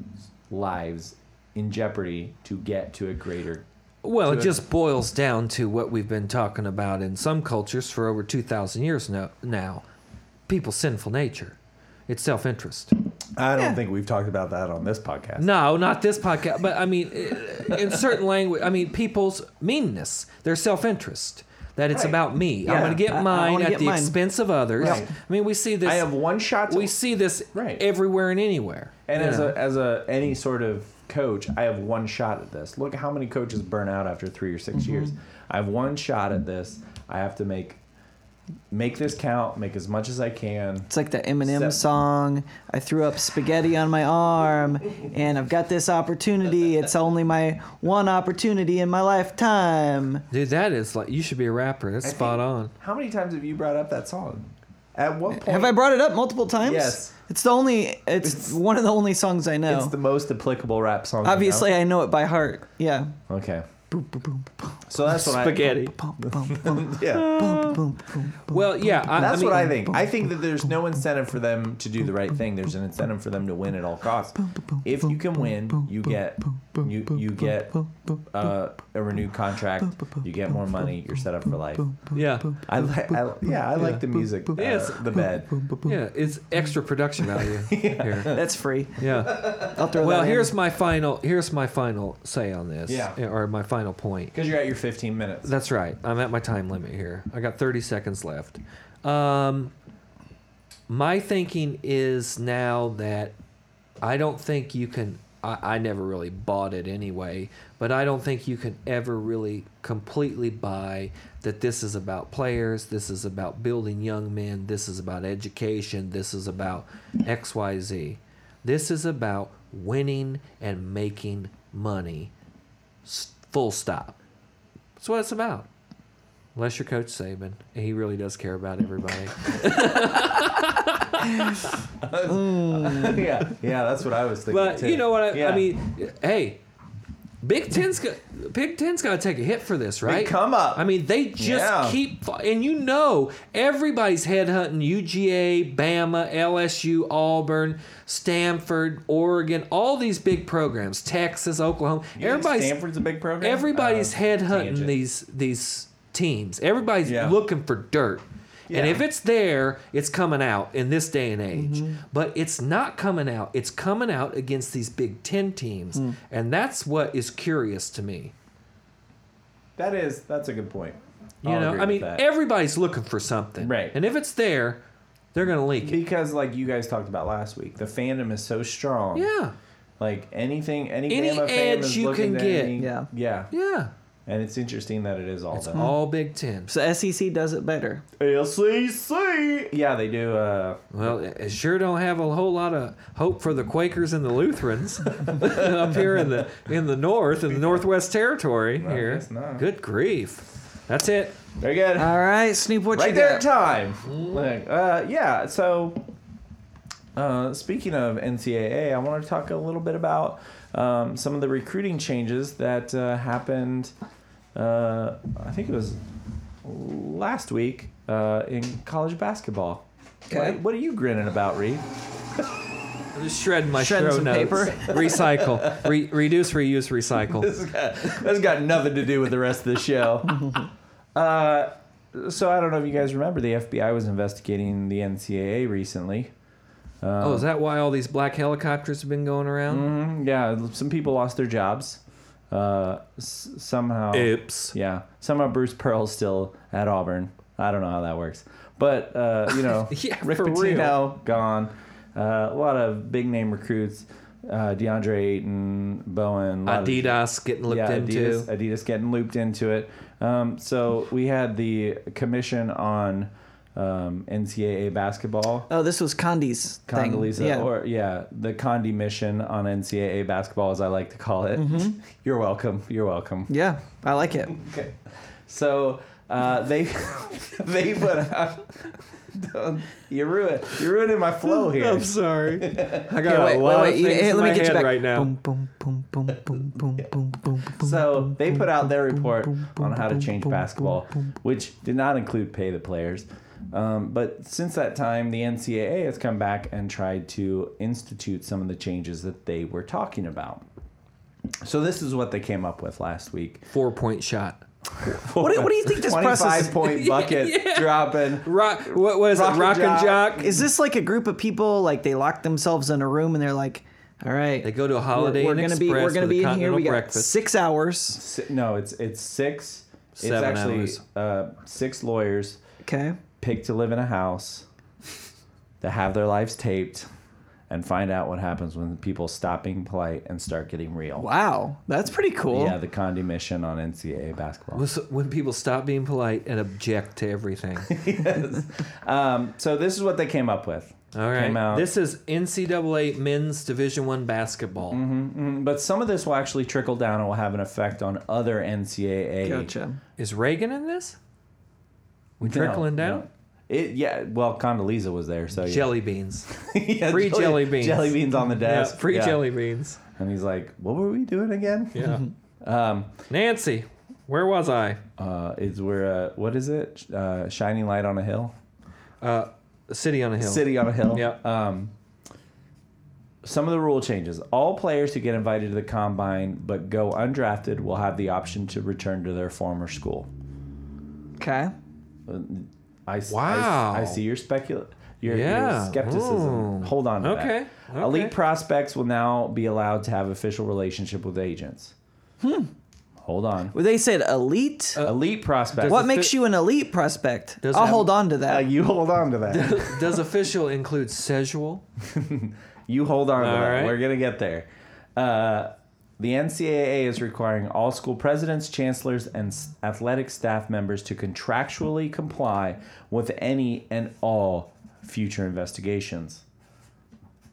S1: lives in jeopardy to get to a greater
S2: Well, it
S1: to-
S2: just boils down to what we've been talking about in some cultures for over 2,000 years now, now people's sinful nature. It's self interest.
S1: i don't think we've talked about that on this podcast
S2: No, not this podcast. But I mean, i- in certain language, I mean, people's meanness, their self interest, that it's
S1: Right.
S2: about me. I'm
S1: Yeah.
S2: going to
S3: I- I
S2: get mine
S3: wanna
S2: at
S3: get
S2: the
S3: mine.
S2: expense of others.
S1: Right.
S2: I mean, we see this.
S1: i have one shot to
S2: we see this
S1: Right.
S2: everywhere and anywhere.
S1: And
S2: you
S1: as
S2: know.
S1: a as a any sort of coach, I have one shot at this. Look how many coaches burn out after three or 6 years. I have one shot at this. I have to make make this count, make as much as I can.
S3: It's like the Eminem
S1: Seven.
S3: song. I threw up spaghetti on my arm, and I've got this opportunity. It's only my one opportunity in my lifetime.
S2: dude, that is like you should be a rapper. That's spot on.
S1: How many times have you brought up that song? At what point?
S3: Have I brought it up multiple times?
S1: Yes.
S3: It's the only. It's,
S1: It's-
S3: one of the only songs I know.
S1: It's the most applicable rap song. I know.
S3: Obviously, I know it by heart. Yeah.
S1: Okay.
S3: Boom, boom, boom, boom,
S1: So that's what
S2: Spaghetti.
S3: boom, boom, boom,
S1: I, (laughs) yeah.
S3: boom, boom, boom, boom.
S2: Well, yeah, I,
S1: That's
S2: I mean,
S1: what I think. I think that there's no incentive for them to do the right thing. There's an incentive for them to win at all costs. If you can win, you get you you get uh, a renewed contract. You get more money. You're set up for life.
S2: Yeah,
S1: I, li- I yeah, I like the music. uh,
S2: Yes.
S1: the bed.
S2: yeah, it's extra
S1: (laughs)
S2: production value here.
S3: (laughs) That's free.
S2: Yeah.
S3: I'll throw
S2: Well,
S3: that in.
S2: here's my final. Here's my final say on this.
S1: Yeah.
S2: Or my final point.
S1: Because you're at your 15
S2: (laughs)
S1: minutes. (laughs)
S2: That's right. I'm at my time limit here. I got 30 seconds left. Um, my thinking is now that I don't think you can I, I never really bought it anyway. But I don't think you can ever really completely buy that this is about players, this is about building young men, this is about education, this is about XYZ. This is about winning and making money. S- Full stop. That's what it's about. Unless you're Coach Saban, and he really does care about everybody.
S1: yeah, yeah, that's what I was thinking.
S2: (laughs) But
S1: too.
S2: you know what I,
S1: Yeah.
S2: I mean? Hey, Big Ten's go- Big Ten's got to take a hit for this, right?
S1: come up.
S2: I mean, they just
S1: Yeah.
S2: keep, fu- and you know, everybody's headhunting UGA, Bama, LSU, Auburn, Stanford, Oregon, all these big programs, Texas, Oklahoma.
S1: You think
S2: everybody's
S1: Stanford's a big program.
S2: everybody's
S1: Uh,
S2: headhunting
S1: tangent.
S2: these these teams. Everybody's
S1: Yeah.
S2: looking for dirt. And
S1: Yeah. Mm-hmm.
S2: if it's there, it's coming out in this day and age. But it's not coming out. It's coming out against these Big Ten teams.
S1: Mm.
S2: And that's what is curious to me.
S1: That is, that's a good point.
S2: You
S1: I'll
S2: know,
S1: agree
S2: I
S1: with
S2: mean,
S1: that.
S2: everybody's looking for something.
S1: Right.
S2: And if it's there, they're going to leak it.
S1: because like you guys talked about last week, the fandom is so strong.
S2: Yeah.
S1: Like anything, any,
S2: Any
S1: Bama fan
S2: edge
S1: is
S2: you
S1: looking
S2: can
S1: to
S2: get.
S1: any-
S3: Yeah.
S1: yeah,
S2: Yeah.
S1: And it's interesting that it is all
S2: It's
S1: that.
S2: all Big Ten.
S3: So SEC E does it better.
S1: LCC. Yeah, they do. Uh,
S2: Well, it sure don't have a whole lot of hope for the Quakers and the Lutherans (laughs) up here in the in the north in the Northwest Territory.
S1: I
S2: here,
S1: guess not.
S2: good grief, that's it.
S1: very good.
S3: All right, Snoop, what
S1: right
S3: you
S1: there at
S3: got?
S1: time. Like, uh, yeah. So, uh, speaking of NCAA, I want to talk a little bit about um, some of the recruiting changes that uh, happened. Uh, I think it was last week uh, in college basketball.
S3: Okay.
S1: What, what are you grinning about, Reed?
S2: I'm just shredding my
S3: Shredding
S2: show
S3: some
S2: notes.
S3: paper.
S2: (laughs) Recycle, Re- reduce, reuse,
S1: (laughs) (laughs)
S2: recycle.
S1: This has got, that's got nothing to do with the rest of the show. (laughs) uh, so I don't know if you guys remember the FBI was investigating the NCAA recently.
S2: oh, is that why all these black helicopters have been going around?
S1: Mm, yeah, some people lost their jobs. Uh, s- somehow,
S2: Oops.
S1: yeah, somehow Bruce Pearl's still at Auburn. I don't know how that works, but uh, you know,
S2: (laughs) Yeah,
S1: Rick
S2: for real.
S1: Pitino gone. Uh, a lot of big name recruits, uh, DeAndre Ayton, Bowen, a lot of-
S2: Adidas getting looked into.
S1: Adidas, Adidas getting looped into it. Um, so we had the commission on um, NCAA basketball.
S3: Oh, this was Condi's uh, thing.
S1: Condoleezza,
S3: Yeah.
S1: or yeah, the Condi mission on NCAA basketball, as I like to call it. (laughs) You're welcome. You're welcome.
S3: Mm-hmm. yeah, I like it.
S1: Okay. So uh, they (laughs) they put out. (laughs) Don't- you ruin you're ruining my
S3: (laughs)
S1: flow
S2: (laughs)
S1: here.
S2: sorry. I got
S3: Yeah, wait,
S2: a
S3: wait,
S2: lot
S3: wait.
S2: of
S3: you-
S2: things
S3: hey,
S2: in
S3: let me
S2: my
S3: get you
S2: head
S3: back
S2: right now.
S3: Boom, boom, boom, boom, boom, boom, boom, boom, boom.
S1: So they put out their report on how to change basketball, which did not include pay the players. Um, but since that time, the NCAA has come back and tried to institute some of the changes that they were talking about. So this is what they came up with last week.
S2: Four point shot.
S3: (laughs) What do- what do you think this press is-
S1: Twenty-five
S3: (laughs)
S1: point bucket dropping.
S2: Rock. What was
S1: Rock
S2: it?
S1: and
S2: Rock and
S1: jock.
S2: jock.
S3: Is this like a group of people like they lock themselves in a room and they're like, all right,
S2: They go to a Holiday
S3: we're, we're
S2: Inn
S3: gonna be
S2: Express
S3: we're gonna
S2: with a
S3: be in here.
S2: continental
S3: We got
S2: breakfast.
S3: six hours.
S1: Si- No, it's it's six.
S2: Seven
S1: it's actually
S2: hours.
S1: Uh, six lawyers
S3: Okay.
S1: picked to live in a
S2: (laughs)
S1: house, to have their lives taped, and find out what happens when people stop being polite and start getting real.
S3: Wow, that's pretty cool.
S1: Yeah, the Condi mission on NCAA basketball.
S2: Was when people stop being polite and object to
S3: (laughs)
S2: everything.
S1: Um, so this is what they came up with.
S2: All right.
S1: Came out.
S2: This is NCAA men's Division One basketball.
S3: Mm-hmm.
S1: but some of this will actually trickle down and will have an effect on other NCAA.
S3: Gotcha.
S2: Is Reagan in this?
S1: We
S2: trickling
S3: Oh,
S2: down?
S1: It yeah. Well, Condoleezza was there, so yeah.
S2: Jelly
S3: (laughs)
S2: beans.
S1: (laughs) Yeah,
S2: free jelly beans.
S1: Jelly beans on the
S2: yeah,
S1: desk.
S2: free
S1: yeah.
S2: jelly beans.
S1: And he's like, "What were we doing again?"
S2: Yeah.
S3: Mm-hmm. Um,
S2: Nancy, where was I?
S1: Uh, is where uh, what is it? Uh, shining light on a hill.
S2: Uh, city on a hill.
S1: City on a hill.
S2: Yeah.
S3: Uh,
S1: Um, some of the rule changes. All players who get invited to the combine but go undrafted will have the option to return to their former school.
S3: Okay.
S1: I, s- I s-
S2: Wow.
S1: I, see your specula- your, your
S2: Yeah.
S1: skepticism.
S2: Ooh.
S1: Hold on to that.
S2: Okay.
S1: Elite
S2: Okay.
S1: prospects will now be allowed to have official relationship with agents. Hmm. Hold on.
S3: Well, they said elite.
S2: uh,
S1: Elite prospects.
S3: what
S2: the
S3: makes
S2: fi-
S3: you an elite prospect?
S2: Does
S3: I'll
S2: it-
S3: hold on to that.
S1: Uh, you hold on to
S2: (laughs)
S1: that.
S2: Does official include sexual?
S1: You hold on to
S2: All
S1: that.
S2: right.
S1: We're gonna get there. Uh, the NCAA is requiring all school presidents, chancellors, and s- athletic staff members to contractually comply with any and all future investigations.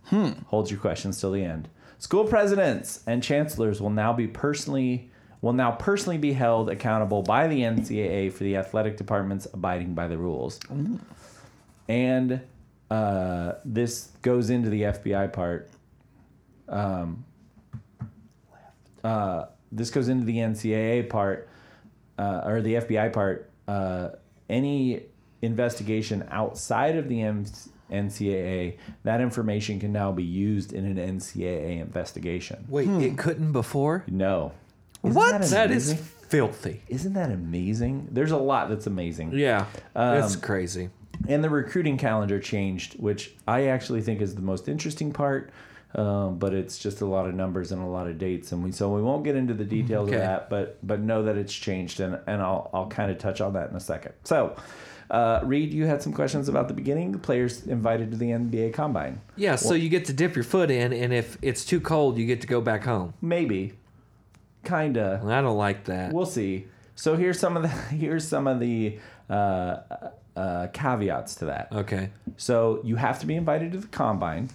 S1: Hmm. Hold your questions till the end. School presidents and chancellors will now be personally will now personally be held accountable by the NCAA for the athletic departments abiding by the rules. And uh, this goes into the FBI part. Um, uh, this goes into the NCAA part uh, or the FBI part. Uh, any investigation outside of the M- NCAA, that information can now be used in an NCAA investigation.
S2: Wait,
S3: Hmm.
S2: it couldn't before?
S1: No. Isn't
S2: What?
S1: That
S2: That is
S1: amazing?
S2: filthy.
S1: Isn't that amazing? There's a lot that's
S3: Um,
S1: amazing.
S2: Yeah. that's crazy.
S1: and the recruiting calendar changed, which I actually think is the most interesting part. Um, but it's just a lot of numbers and a lot of dates, and we so we won't get into the details
S2: Okay.
S1: of that. But but know that it's changed, and and I'll I'll kind of touch on that in a second. So, uh, Reed, you had some questions about the beginning. The players invited to the NBA Combine,
S2: Yeah, so you get to dip your foot in, and if it's too cold, you get to go back home.
S1: maybe, kinda.
S2: And I don't like that.
S1: We'll see. So here's some of the (laughs) here's some of the uh, uh, caveats to that.
S2: okay.
S1: So you have to be invited to the combine,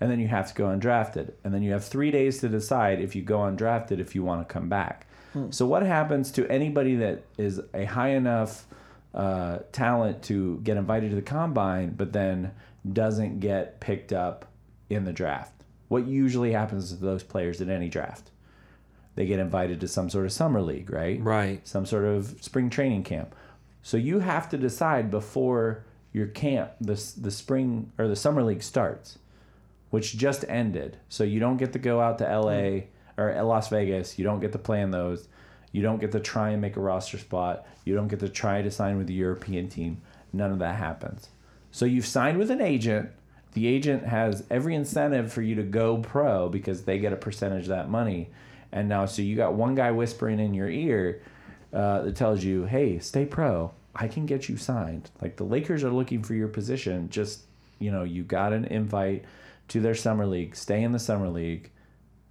S1: and then you have to go undrafted, and then you have three days to decide if you go undrafted if you want to come back. So what happens to anybody that is a high enough uh, talent to get invited to the combine, but then doesn't get picked up in the draft? What usually happens to those players in any draft? They get invited to some sort of summer league, right?
S2: Right.
S1: some sort of spring training camp. So you have to decide before your camp, the the spring or the summer league starts, which just ended. So you don't get to go out to L.A. or Las Vegas. You don't get to plan those. You don't get to try and make a roster spot. You don't get to try to sign with a European team. None of that happens. So you've signed with an agent. The agent has every incentive for you to go pro because they get a percentage of that money. And now, so you got one guy whispering in your ear uh, that tells you, hey, stay pro. I can get you signed. Like the Lakers are looking for your position. Just, you know, you got an invite to their summer league. Stay in the summer league.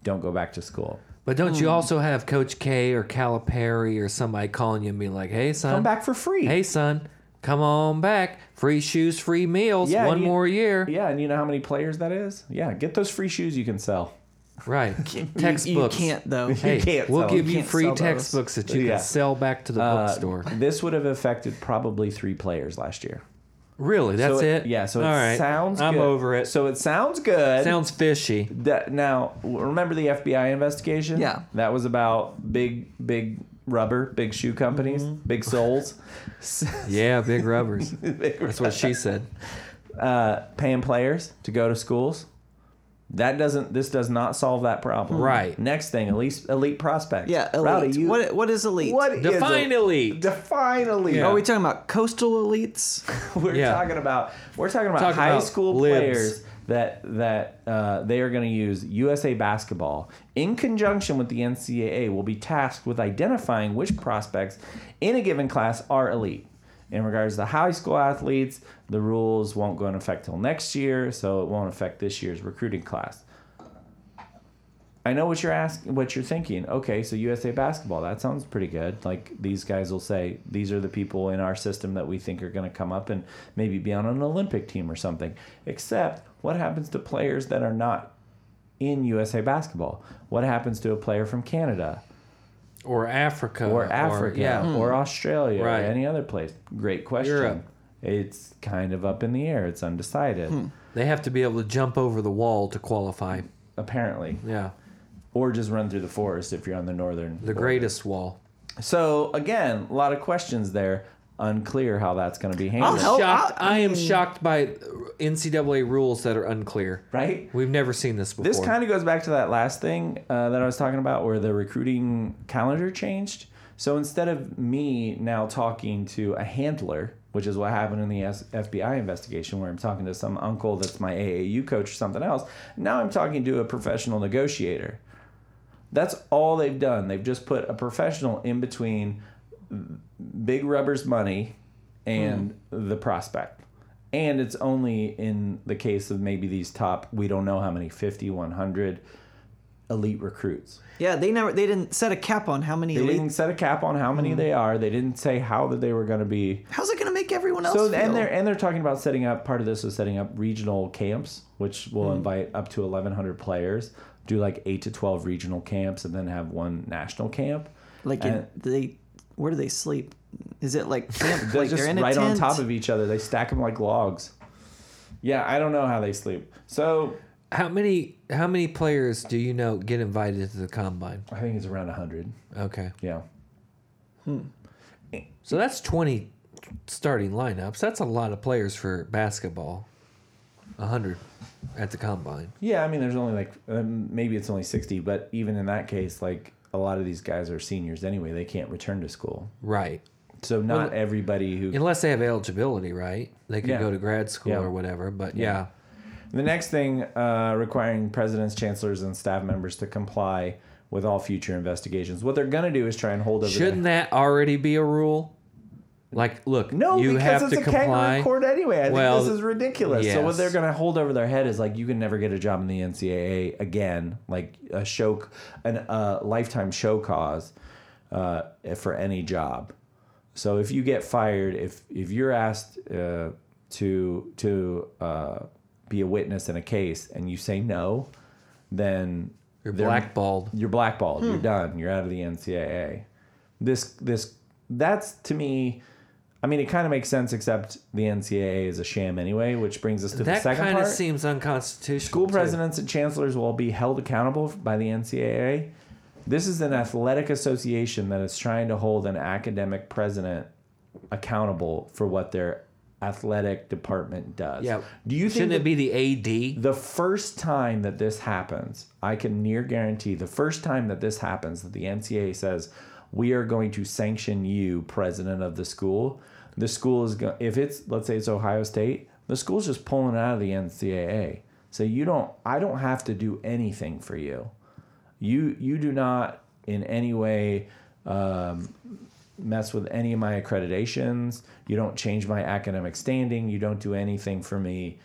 S1: Don't go back to school.
S2: But don't
S1: Hmm.
S2: you also have Coach K or Calipari or somebody calling you and being like, hey, son,
S1: Come back for free.
S2: hey, son, come on back. Free shoes, free meals,
S1: Yeah,
S2: one
S1: you-
S2: more year.
S1: Yeah, and you know how many players that is? Yeah, get those free shoes you can sell. (laughs)
S2: Right.
S3: You-
S2: Textbooks.
S3: You, can't though.
S2: Hey,
S1: can't
S2: we'll
S1: sell
S2: give
S1: them.
S2: you
S3: Can't
S2: free
S3: sell those.
S2: textbooks that you
S1: Yeah.
S2: can sell back to the
S1: Uh,
S2: bookstore.
S1: This would have affected probably three players last year.
S2: Really? That's
S1: so
S2: it?
S1: Yeah, so it
S2: All right.
S1: sounds
S2: I'm
S1: good.
S2: over it.
S1: So it sounds good.
S2: Sounds fishy.
S1: That, now, remember the FBI investigation?
S3: Yeah.
S1: That was about big, big rubber, big shoe companies,
S3: Mm-hmm.
S1: big
S3: (laughs)
S1: soles,
S2: Yeah,
S1: (laughs)
S2: big rubbers. That's what she said.
S1: uh, paying players to go to schools. That doesn't. This does not solve that problem.
S2: Right.
S1: Next thing, elite elite prospects.
S3: Yeah, elite.
S1: Rowdy, you,
S3: what what is elite?
S1: what is
S2: Define
S1: a-
S2: elite.
S1: Define elite.
S2: Yeah.
S3: are we talking about? Coastal elites?
S1: (laughs) we're
S2: Yeah.
S1: talking about we're talking about
S2: Talking
S1: high
S2: about
S1: school
S2: libs.
S1: players that that uh, they are going to use USA basketball in conjunction with the NCAA will be tasked with identifying which prospects in a given class are elite. In regards to high school athletes, the rules won't go into effect till next year, so it won't affect this year's recruiting class. I know what you're asking, what you're thinking. Okay, so USA basketball, that sounds pretty good. Like these guys will say, these are the people in our system that we think are going to come up and maybe be on an Olympic team or something. Except, what happens to players that are not in USA basketball? What happens to a player from Canada
S2: Or Africa.
S1: or Africa or,
S2: yeah.
S1: Australia
S2: Right.
S1: or any other place? Great question.
S2: Europe.
S1: It's kind of up in the air. It's undecided,
S2: They have to be able to jump over the wall to qualify.
S1: apparently,
S2: Yeah.
S1: or just run through the forest if you're on the northern
S2: The greatest wall.
S1: So again, a lot of questions there. Unclear how that's going to be handled,
S3: help. Oh,
S2: shocked.
S3: I-
S2: I, am shocked by NCAA rules that are unclear.
S1: right?
S2: We've never seen this before.
S1: This kind of goes back to that last thing uh, that I was talking about, where the recruiting calendar changed. So instead of me now talking to a handler, which is what happened in the S- FBI investigation, where I'm talking to some uncle that's my AAU coach or something else, now I'm talking to a professional negotiator. That's all they've done. They've just put a professional in between Big Rubber's money and the prospect. And it's only in the case of maybe these top, we don't know how many, 50, 100 elite recruits.
S3: Yeah, they never they didn't set a cap on how many
S1: They
S3: elite. Mm-hmm.
S1: didn't set a cap on how many they are. They didn't say how that they were going to be.
S3: How's it gonna make everyone else?
S1: So
S3: feel?
S1: and they're and they're talking about setting up. Part of this is setting up regional camps, which will
S3: Mm-hmm.
S1: invite up to 1,100 players. Do like eight to 12 regional camps, and then have one national camp.
S3: like
S1: and
S3: in, they where do they sleep? Is
S1: (laughs)
S3: it like camp?
S1: they're
S3: like
S1: just
S3: they're in a
S1: right on
S3: tent?
S1: top of each other. They stack them like logs. Yeah, I don't know how they sleep. So
S2: How many how many players do you know get invited to the combine?
S1: I think it's around 100.
S2: Okay.
S1: Yeah.
S2: So that's 20 starting lineups. That's a lot of players for basketball. 100 at the combine.
S1: Yeah, I mean, there's only like um, maybe it's only sixty, but even in that case, like a lot of these guys are seniors anyway; they can't return to school,
S2: Right.
S1: so not everybody who.
S2: Unless they have eligibility, right? They can
S1: Yeah.
S2: go to grad school
S1: Yeah.
S2: or whatever, but yeah.
S1: The next thing, uh, requiring presidents, chancellors, and staff members to comply with all future investigations. What they're gonna do is try and hold over.
S2: Shouldn't that already be a rule? Like, look,
S1: the, no,
S2: you
S1: because
S2: have
S1: it's
S2: to
S1: a
S2: comply.
S1: kangaroo court anyway. I
S2: Well,
S1: think this is ridiculous. So
S2: yes.
S1: what they're gonna hold over their head is like, you can never get a job in the NCAA again, like a show, an uh, lifetime show cause uh, for any job. So if you get fired, if if you're asked uh, to to uh, be a witness in a case and you say no, then
S2: You're
S1: they're-
S2: blackballed.
S1: You're blackballed.
S2: Hmm.
S1: You're done. You're out of the NCAA. This this that's to me. I mean, it kind of makes sense, except the NCAA is a sham anyway, which brings us to the
S2: That
S1: second
S2: kind
S1: part.
S2: of seems unconstitutional.
S1: School
S2: too.
S1: presidents and chancellors will be held accountable by the NCAA. This is an athletic association that is trying to hold an academic president accountable for what their athletic department does.
S2: Yeah.
S1: Do you
S2: Shouldn't
S1: think
S2: it be the AD?
S1: the first time that this happens, I can near guarantee the first time that this happens, that the NCAA says, we are going to sanction you, president of the school. The school is going, if it's, let's say it's Ohio State, the school's just pulling out of the NCAA. So you don't, I don't have to do anything for you. You, you do not in any way um, mess with any of my accreditations. You don't change my academic standing. You don't do anything for me.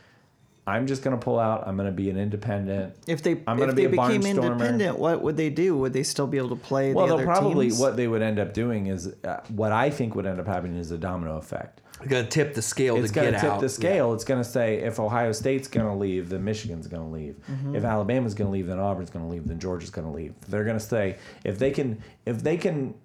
S1: I'm just gonna pull out. I'm gonna be an independent.
S3: if they
S1: I'm gonna
S3: if
S1: be
S3: they
S1: a barn
S3: became
S1: stormer.
S3: independent, what would they do? Would they still be able to play?
S1: well,
S3: the
S1: they'll
S3: other
S1: probably
S3: teams?
S1: what they would end up doing is uh, what I think would end up happening is a domino effect.
S2: Going to tip the scale
S1: It's
S2: to
S1: gonna
S2: get
S1: tip
S2: out.
S1: the scale. It's gonna say if Ohio State's gonna leave, then Michigan's gonna leave.
S2: Mm-hmm.
S1: If Alabama's gonna leave, then Auburn's gonna leave. Then Georgia's gonna leave. They're gonna say if they can if they can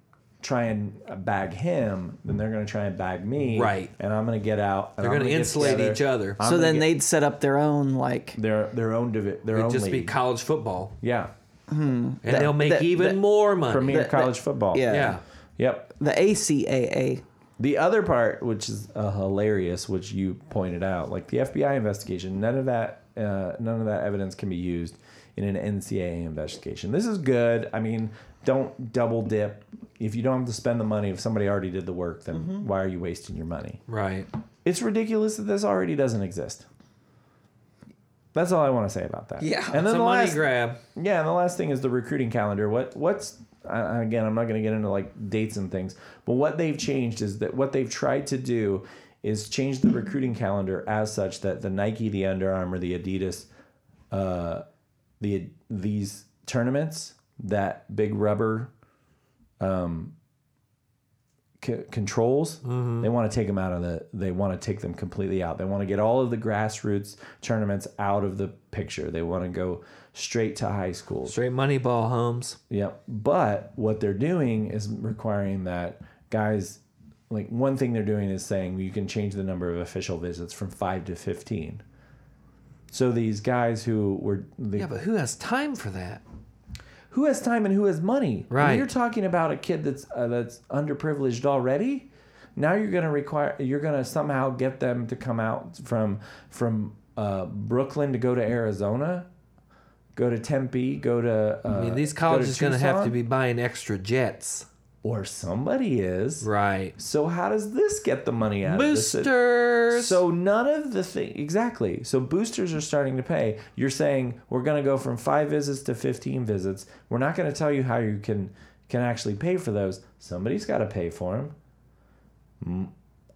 S1: try and bag him, then they're gonna try and bag me.
S2: Right.
S1: And I'm gonna get out. and
S2: They're
S1: I'm
S2: going to
S1: get
S2: insulate
S1: together.
S2: each other.
S1: I'm
S3: so
S1: gonna
S3: then
S1: get
S3: they'd set up their own like
S1: their their own divi- their
S2: It'd
S1: own
S2: just be
S1: league.
S2: college football.
S1: yeah.
S2: And they'll make
S3: that-
S2: even
S3: that-
S2: more money.
S1: Premier
S3: that-
S1: college football.
S3: yeah.
S2: yeah.
S1: Yep.
S3: the ACAA.
S1: The other part, which is uh, hilarious, which you pointed out, like the FBI investigation, none of that, uh, none of that evidence can be used in an NCAA investigation. This is good. I mean, don't double dip. If you don't have to spend the money, if somebody already did the work, then
S2: Mm-hmm.
S1: why are you wasting your money?
S2: Right.
S1: It's ridiculous that this already doesn't exist. That's all I want to say about that.
S3: Yeah,
S1: and
S2: It's
S1: then
S2: a
S1: the
S2: money
S1: last,
S2: grab.
S1: Yeah, and the last thing is the recruiting calendar. What what's uh, again? I'm not going to get into like dates and things, but what they've changed is that what they've tried to do is change the recruiting calendar as such that the Nike, the Under Armour, the Adidas, uh, the these tournaments that Big Rubber um, c- controls they want to take them out of the they want to take them completely out they want to get all of the grassroots tournaments out of the picture they want to go straight to high schools
S2: Straight money ball, Holmes.
S1: Yep. But what they're doing is requiring that guys, like one thing they're doing is saying you can change the number of official visits from five to fifteen. So these guys who were the,
S2: Yeah, but who has time for that?
S1: who has time and who has money? When
S2: Right.
S1: you're talking about a kid that's uh, that's underprivileged already. Now you're gonna require you're gonna somehow get them to come out from from uh, Brooklyn to go to Arizona, go to Tempe, go to. Uh,
S2: I mean, these
S1: go to
S2: colleges going to have to
S1: Tucson.
S2: be buying extra jets.
S1: or somebody is.
S2: Right.
S1: So how does this get the money out of this?
S2: Boosters.
S1: So none of the thing exactly. So boosters are starting to pay. You're saying we're going to go from 5 visits to 15 visits. We're not going to tell you how you can can actually pay for those. Somebody's got to pay for them.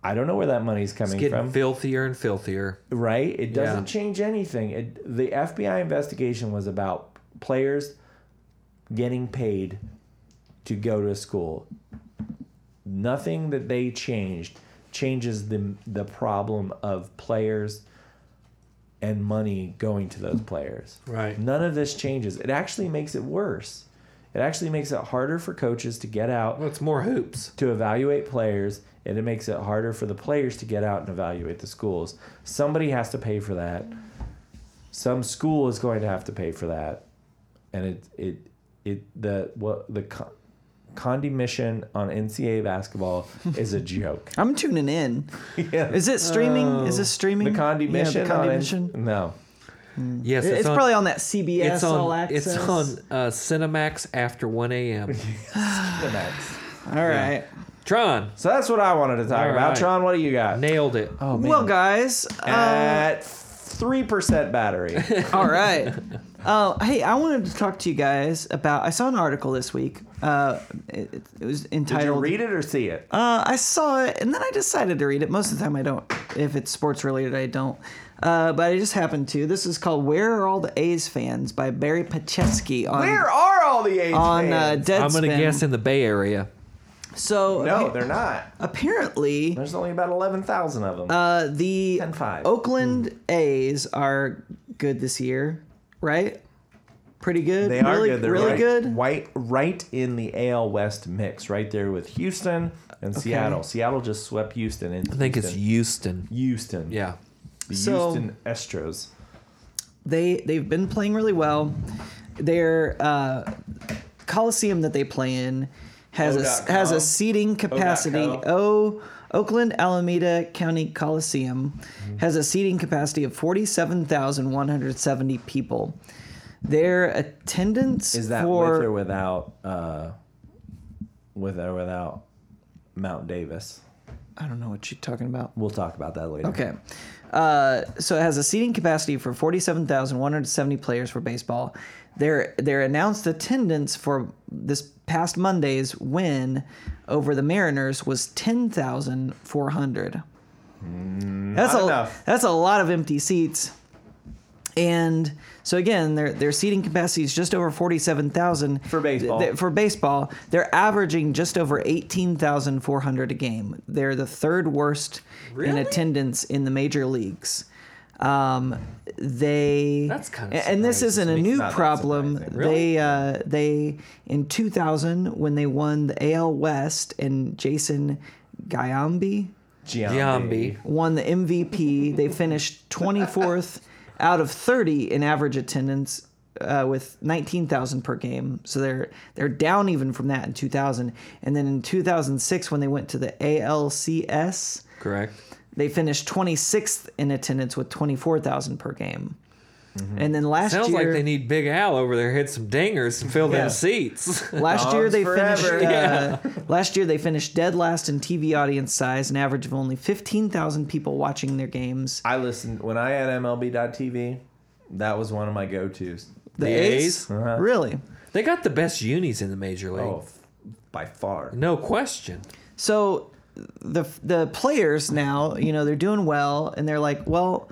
S1: I don't know where that money's coming
S2: it's getting
S1: from.
S2: filthier and filthier.
S1: Right? It doesn't
S2: Yeah.
S1: change anything. It, the FBI investigation was about players getting paid to go to school. Nothing that they changed changes the the problem of players and money going to those players.
S2: Right.
S1: None of this changes. It actually makes it worse. It actually makes it harder for coaches to get out
S2: Well, it's more hoops.
S1: to evaluate players and it makes it harder for the players to get out and evaluate the schools. Somebody has to pay for that. Some school is going to have to pay for that. And it it it the what the con- condemnation on NCAA basketball is a joke.
S3: I'm
S1: (laughs)
S3: tuning in. Is it streaming? is this
S1: The
S3: streaming?
S1: condemnation,
S3: Yeah, the condemnation.
S1: On, no.
S2: Yes,
S3: It's,
S2: on,
S3: probably on that CBS
S2: it's on
S3: All Access.
S2: it's on uh, Cinemax after 1 (laughs) a.m.
S1: The next.
S3: All right.
S2: Tron
S1: So that's what I wanted to talk
S2: All
S1: about.
S2: right.
S1: Tron, what do you got?
S2: nailed it.
S1: Oh, man.
S3: Well, guys. Uh,
S1: At 3% battery.
S3: (laughs)
S1: (laughs)
S3: all right. Uh, hey, I wanted to talk to you guys about. I saw an article this week. Uh, it, it was
S1: Did you
S3: entitled.
S1: read it or see it?
S3: Uh, I saw it, and then I decided to read it. Most of the time, I don't. If it's sports related, I don't. Uh, but I just happened to. This is called "Where Are All the A's Fans" by Barry Pacheski on
S1: Where are all the A's
S3: on uh,
S1: fans?
S3: Deadspin.
S2: I'm going to guess in the Bay Area.
S3: So
S1: No,
S3: appa-
S1: they're not.
S3: apparently,
S1: There's only about 11,000 of them.
S3: uh, the
S1: 10-5.
S3: Oakland A's are good this year, right? Pretty good.
S1: they are
S3: really,
S1: good. They're
S3: really
S1: right,
S3: good.
S1: Right, right in the AL West mix, right there with Houston and Seattle. Seattle just swept Houston. In
S2: I think it's
S1: Houston.
S2: Houston.
S1: Houston.
S2: Yeah.
S1: The
S3: So-
S1: Houston Astros.
S3: they they've been playing really well. Their uh, coliseum that they play in has
S1: O.com.
S3: a has a seating capacity.
S1: O.com.
S3: O Oakland Alameda County Coliseum has a seating capacity of forty seven thousand one hundred seventy people. Their attendance
S1: Is that
S3: for
S1: with or without, uh, with or without Mount Davis?
S3: I don't know what you're talking about.
S1: We'll talk about that later.
S3: Okay. Uh, so it has a seating capacity for 47,170 players for baseball. Their their announced attendance for this past Monday's win over the Mariners was 10,400. That's a
S1: Hmm. enough.
S3: that's a lot of empty seats. And so again, their their seating capacity is just over forty seven thousand
S1: For baseball.
S3: for baseball, they're averaging just over eighteen thousand four hundred a game. They're the third worst in
S2: Really?
S3: attendance in the major leagues. Um, they
S2: That's kinda
S3: a- and this
S2: surprising
S3: isn't
S2: to
S3: a
S2: me.
S3: new
S1: Not that
S3: problem.
S1: surprising.
S3: They uh, they in two thousand when they won the AL West and Jason Giambi
S1: Giambi.
S2: Giambi.
S3: won the MVP. They finished 24th out of 30 in average attendance uh, with 19,000 per game. So they're they're down even from that in 2000. And then in 2006 when they went to the ALCS,
S2: Correct.
S3: they finished 26th in attendance with 24,000 per game. And then last
S2: Sounds
S3: year
S2: like they need Big Al over there, hit some dingers and fill
S1: Yeah.
S2: them seats. (laughs)
S3: Last year
S1: Dogs
S3: they
S1: forever.
S3: finished. Uh, Last year they finished dead last in TV audience size, an average of only fifteen thousand people watching their games.
S1: I listened when I had MLB.TV. That was one of my go-tos.
S3: The,
S2: The
S3: A's,
S2: A's? Uh-huh.
S3: really?
S2: they got the best unis in the major league.
S1: Oh, f- by far.
S2: No question.
S3: So the the players now, you know, they're doing well, and they're like, well,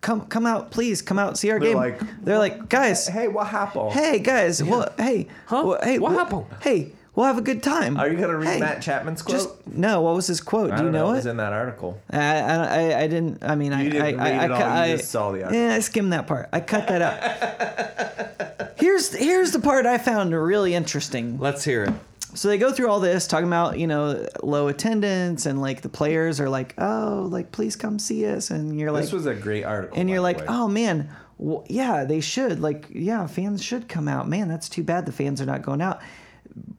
S3: come come out, please, come out, see our
S1: They're
S3: game.
S1: like,
S3: they're like, guys, hey,
S1: Hey, what happened?
S3: guys, well, hey,
S2: Huh?
S3: well, hey,
S2: What
S3: we'll-
S2: happened?
S3: Hey, we'll have a good time.
S1: Are you gonna read
S3: Hey,
S1: Matt Chapman's quote?
S3: Just no. What was his quote?
S1: I
S3: Do you
S1: don't
S3: know,
S1: It
S3: it?
S1: was in that article.
S3: I, I, I- I didn't. I mean, I,
S1: didn't
S3: I,
S1: read
S3: I,
S1: it
S3: I,
S1: all,
S3: cu-
S1: you
S3: I-
S1: just saw the article.
S3: Yeah, I skimmed that part. I cut that out. here's here's the part I found really interesting.
S2: Let's hear it.
S3: So they go through all this talking about you know low attendance and like the players are like oh like please come see us and you're like
S1: this was a great article.
S3: and
S1: by
S3: you're
S1: the
S3: like
S1: way.
S3: oh man w yeah they should like yeah fans should come out man that's too bad the fans are not going out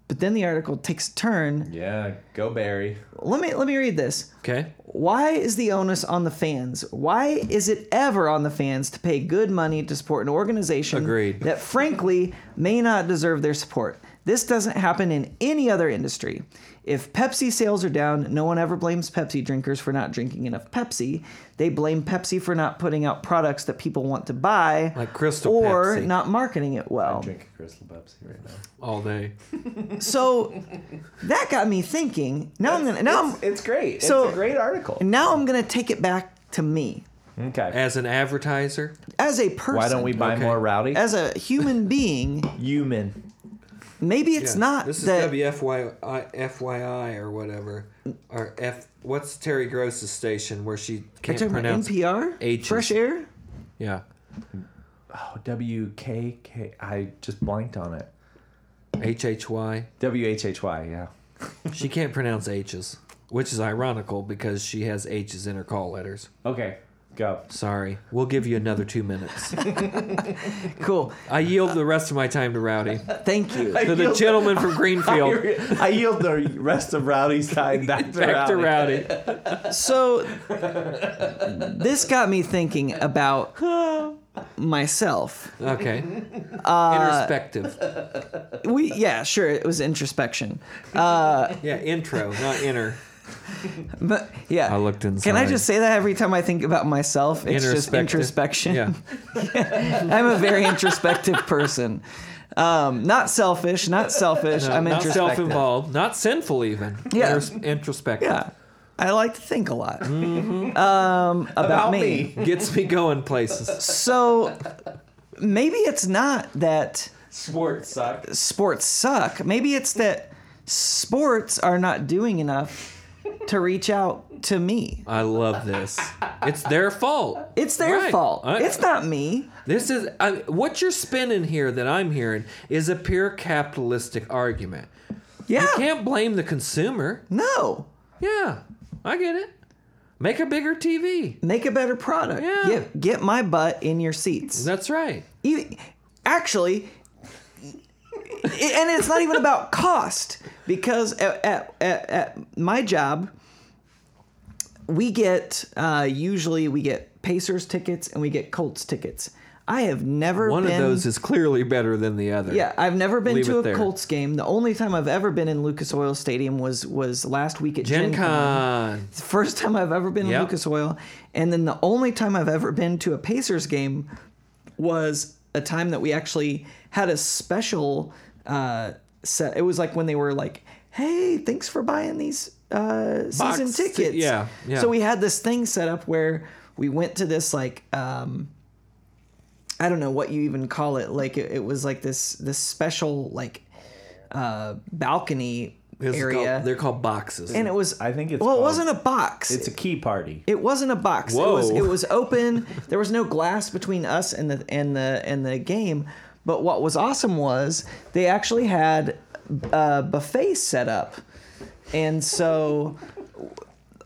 S3: but then the article takes a turn
S1: yeah, go Barry.
S3: let me let me read this
S2: Okay.
S3: why is the onus on the fans? Why is it ever on the fans to pay good money to support an organization
S2: Agreed.
S3: that frankly may not deserve their support? This doesn't happen in any other industry. If Pepsi sales are down, no one ever blames Pepsi drinkers for not drinking enough Pepsi. They blame Pepsi for not putting out products that people want to buy
S2: Like Crystal
S3: or
S2: Pepsi.
S3: not marketing it well.
S1: Drink a Crystal Pepsi right now.
S2: All day.
S3: So that got me thinking. Now I'm going to now I'm
S1: It's great.
S3: Um, So-
S1: it's a great article.
S3: And now I'm going to take it back to me.
S1: Okay.
S2: as an advertiser.
S3: As a person,
S1: Why don't we buy
S2: Okay.
S1: more rowdy?
S3: As a human being,
S1: Human.
S3: maybe it's
S2: Yeah.
S3: not
S2: This is
S3: that.
S2: WFYI FYI or whatever. Or F. What's Terry Gross's station where she
S3: Are you
S2: can't
S3: talking about
S2: pronounce?
S3: NPR,
S2: H's.
S3: Fresh Air.
S2: Yeah,
S1: Oh, W K K. I just blanked on it.
S2: HHY.
S1: W H H Y. Yeah.
S2: She can't pronounce H's, which is ironical because she has H's in her call letters.
S1: Okay. Go. (laughs)
S2: Sorry, we'll give you another two
S3: (laughs)
S2: minutes.
S3: Cool.
S2: I yield the rest of my time to
S3: (laughs)
S2: Rowdy (laughs)
S3: Thank you.
S2: to the
S1: yield-
S2: gentleman
S3: (laughs)
S2: from Greenfield.
S1: I yield the rest of Rowdy's time back to
S2: Back to
S1: Rowdy.
S3: (laughs)
S2: Rowdy.
S3: So this got me thinking about myself.
S2: Okay.
S3: Uh,
S2: Introspective.
S3: We yeah, sure, it was introspection.
S2: Yeah, intro, not inner.
S3: But yeah.
S2: I looked
S3: Can I
S2: inside.
S3: just say that every time I think about myself, it's just
S2: Introspective.
S3: introspection.
S2: Yeah.
S3: (laughs) I'm a very introspective person. Um, not selfish, not selfish. I'm
S2: not
S3: introspective.
S2: self-involved, not sinful even.
S3: Yeah.
S2: Intros- introspective.
S3: Yeah. I like to think a lot um, about,
S1: About
S3: me.
S1: me.
S2: Gets Mm-hmm. me going places.
S3: So maybe it's not that
S1: Sports suck.
S3: sports suck. Maybe it's that sports are not doing enough to reach out to me.
S2: I love this. It's their fault.
S3: It's their
S2: Right.
S3: fault.
S2: I-
S3: it's not me.
S2: This is I, what you're spinning here that I'm hearing is a pure capitalistic argument.
S3: Yeah.
S2: You can't blame the consumer.
S3: No.
S2: Yeah, I get it. Make a bigger TV.
S3: Make a better product.
S2: Yeah.
S3: Get, get my butt in your seats.
S2: That's right.
S3: E- actually, i- and it's not even about cost because at, at, at, at my job, we get uh, usually we get Pacers tickets and we get Colts tickets. I have never
S2: One
S3: been,
S2: of those is clearly better than the other.
S3: Yeah, I've never been
S2: Leave
S3: to
S2: it
S3: a
S2: there.
S3: Colts game. The only time I've ever been in Lucas Oil Stadium was was last week at
S2: Gen
S3: Gen
S2: Con.
S3: It's the first time I've ever been
S2: Yeah.
S3: in Lucas Oil, and then the only time I've ever been to a Pacers game was a time that we actually had a special uh, set. It was like when they were like, "Hey, thanks for buying these uh, season
S2: Box ti-
S3: tickets."
S2: yeah, yeah.
S3: So we had this thing set up where we went to this like. Um, I don't know what you even call it. Like it, it was like this this special like uh balcony
S2: It's
S3: area,
S2: Called, they're called boxes.
S3: and it was
S1: I think it's
S3: well, it
S1: called-
S3: wasn't a box.
S1: It's a key party.
S3: It wasn't a box. It was
S2: Whoa.
S3: it was
S2: (laughs)
S3: open. there was no glass between us and the and the and the game. But what was awesome was they actually had a buffet set up, and so.
S2: (laughs)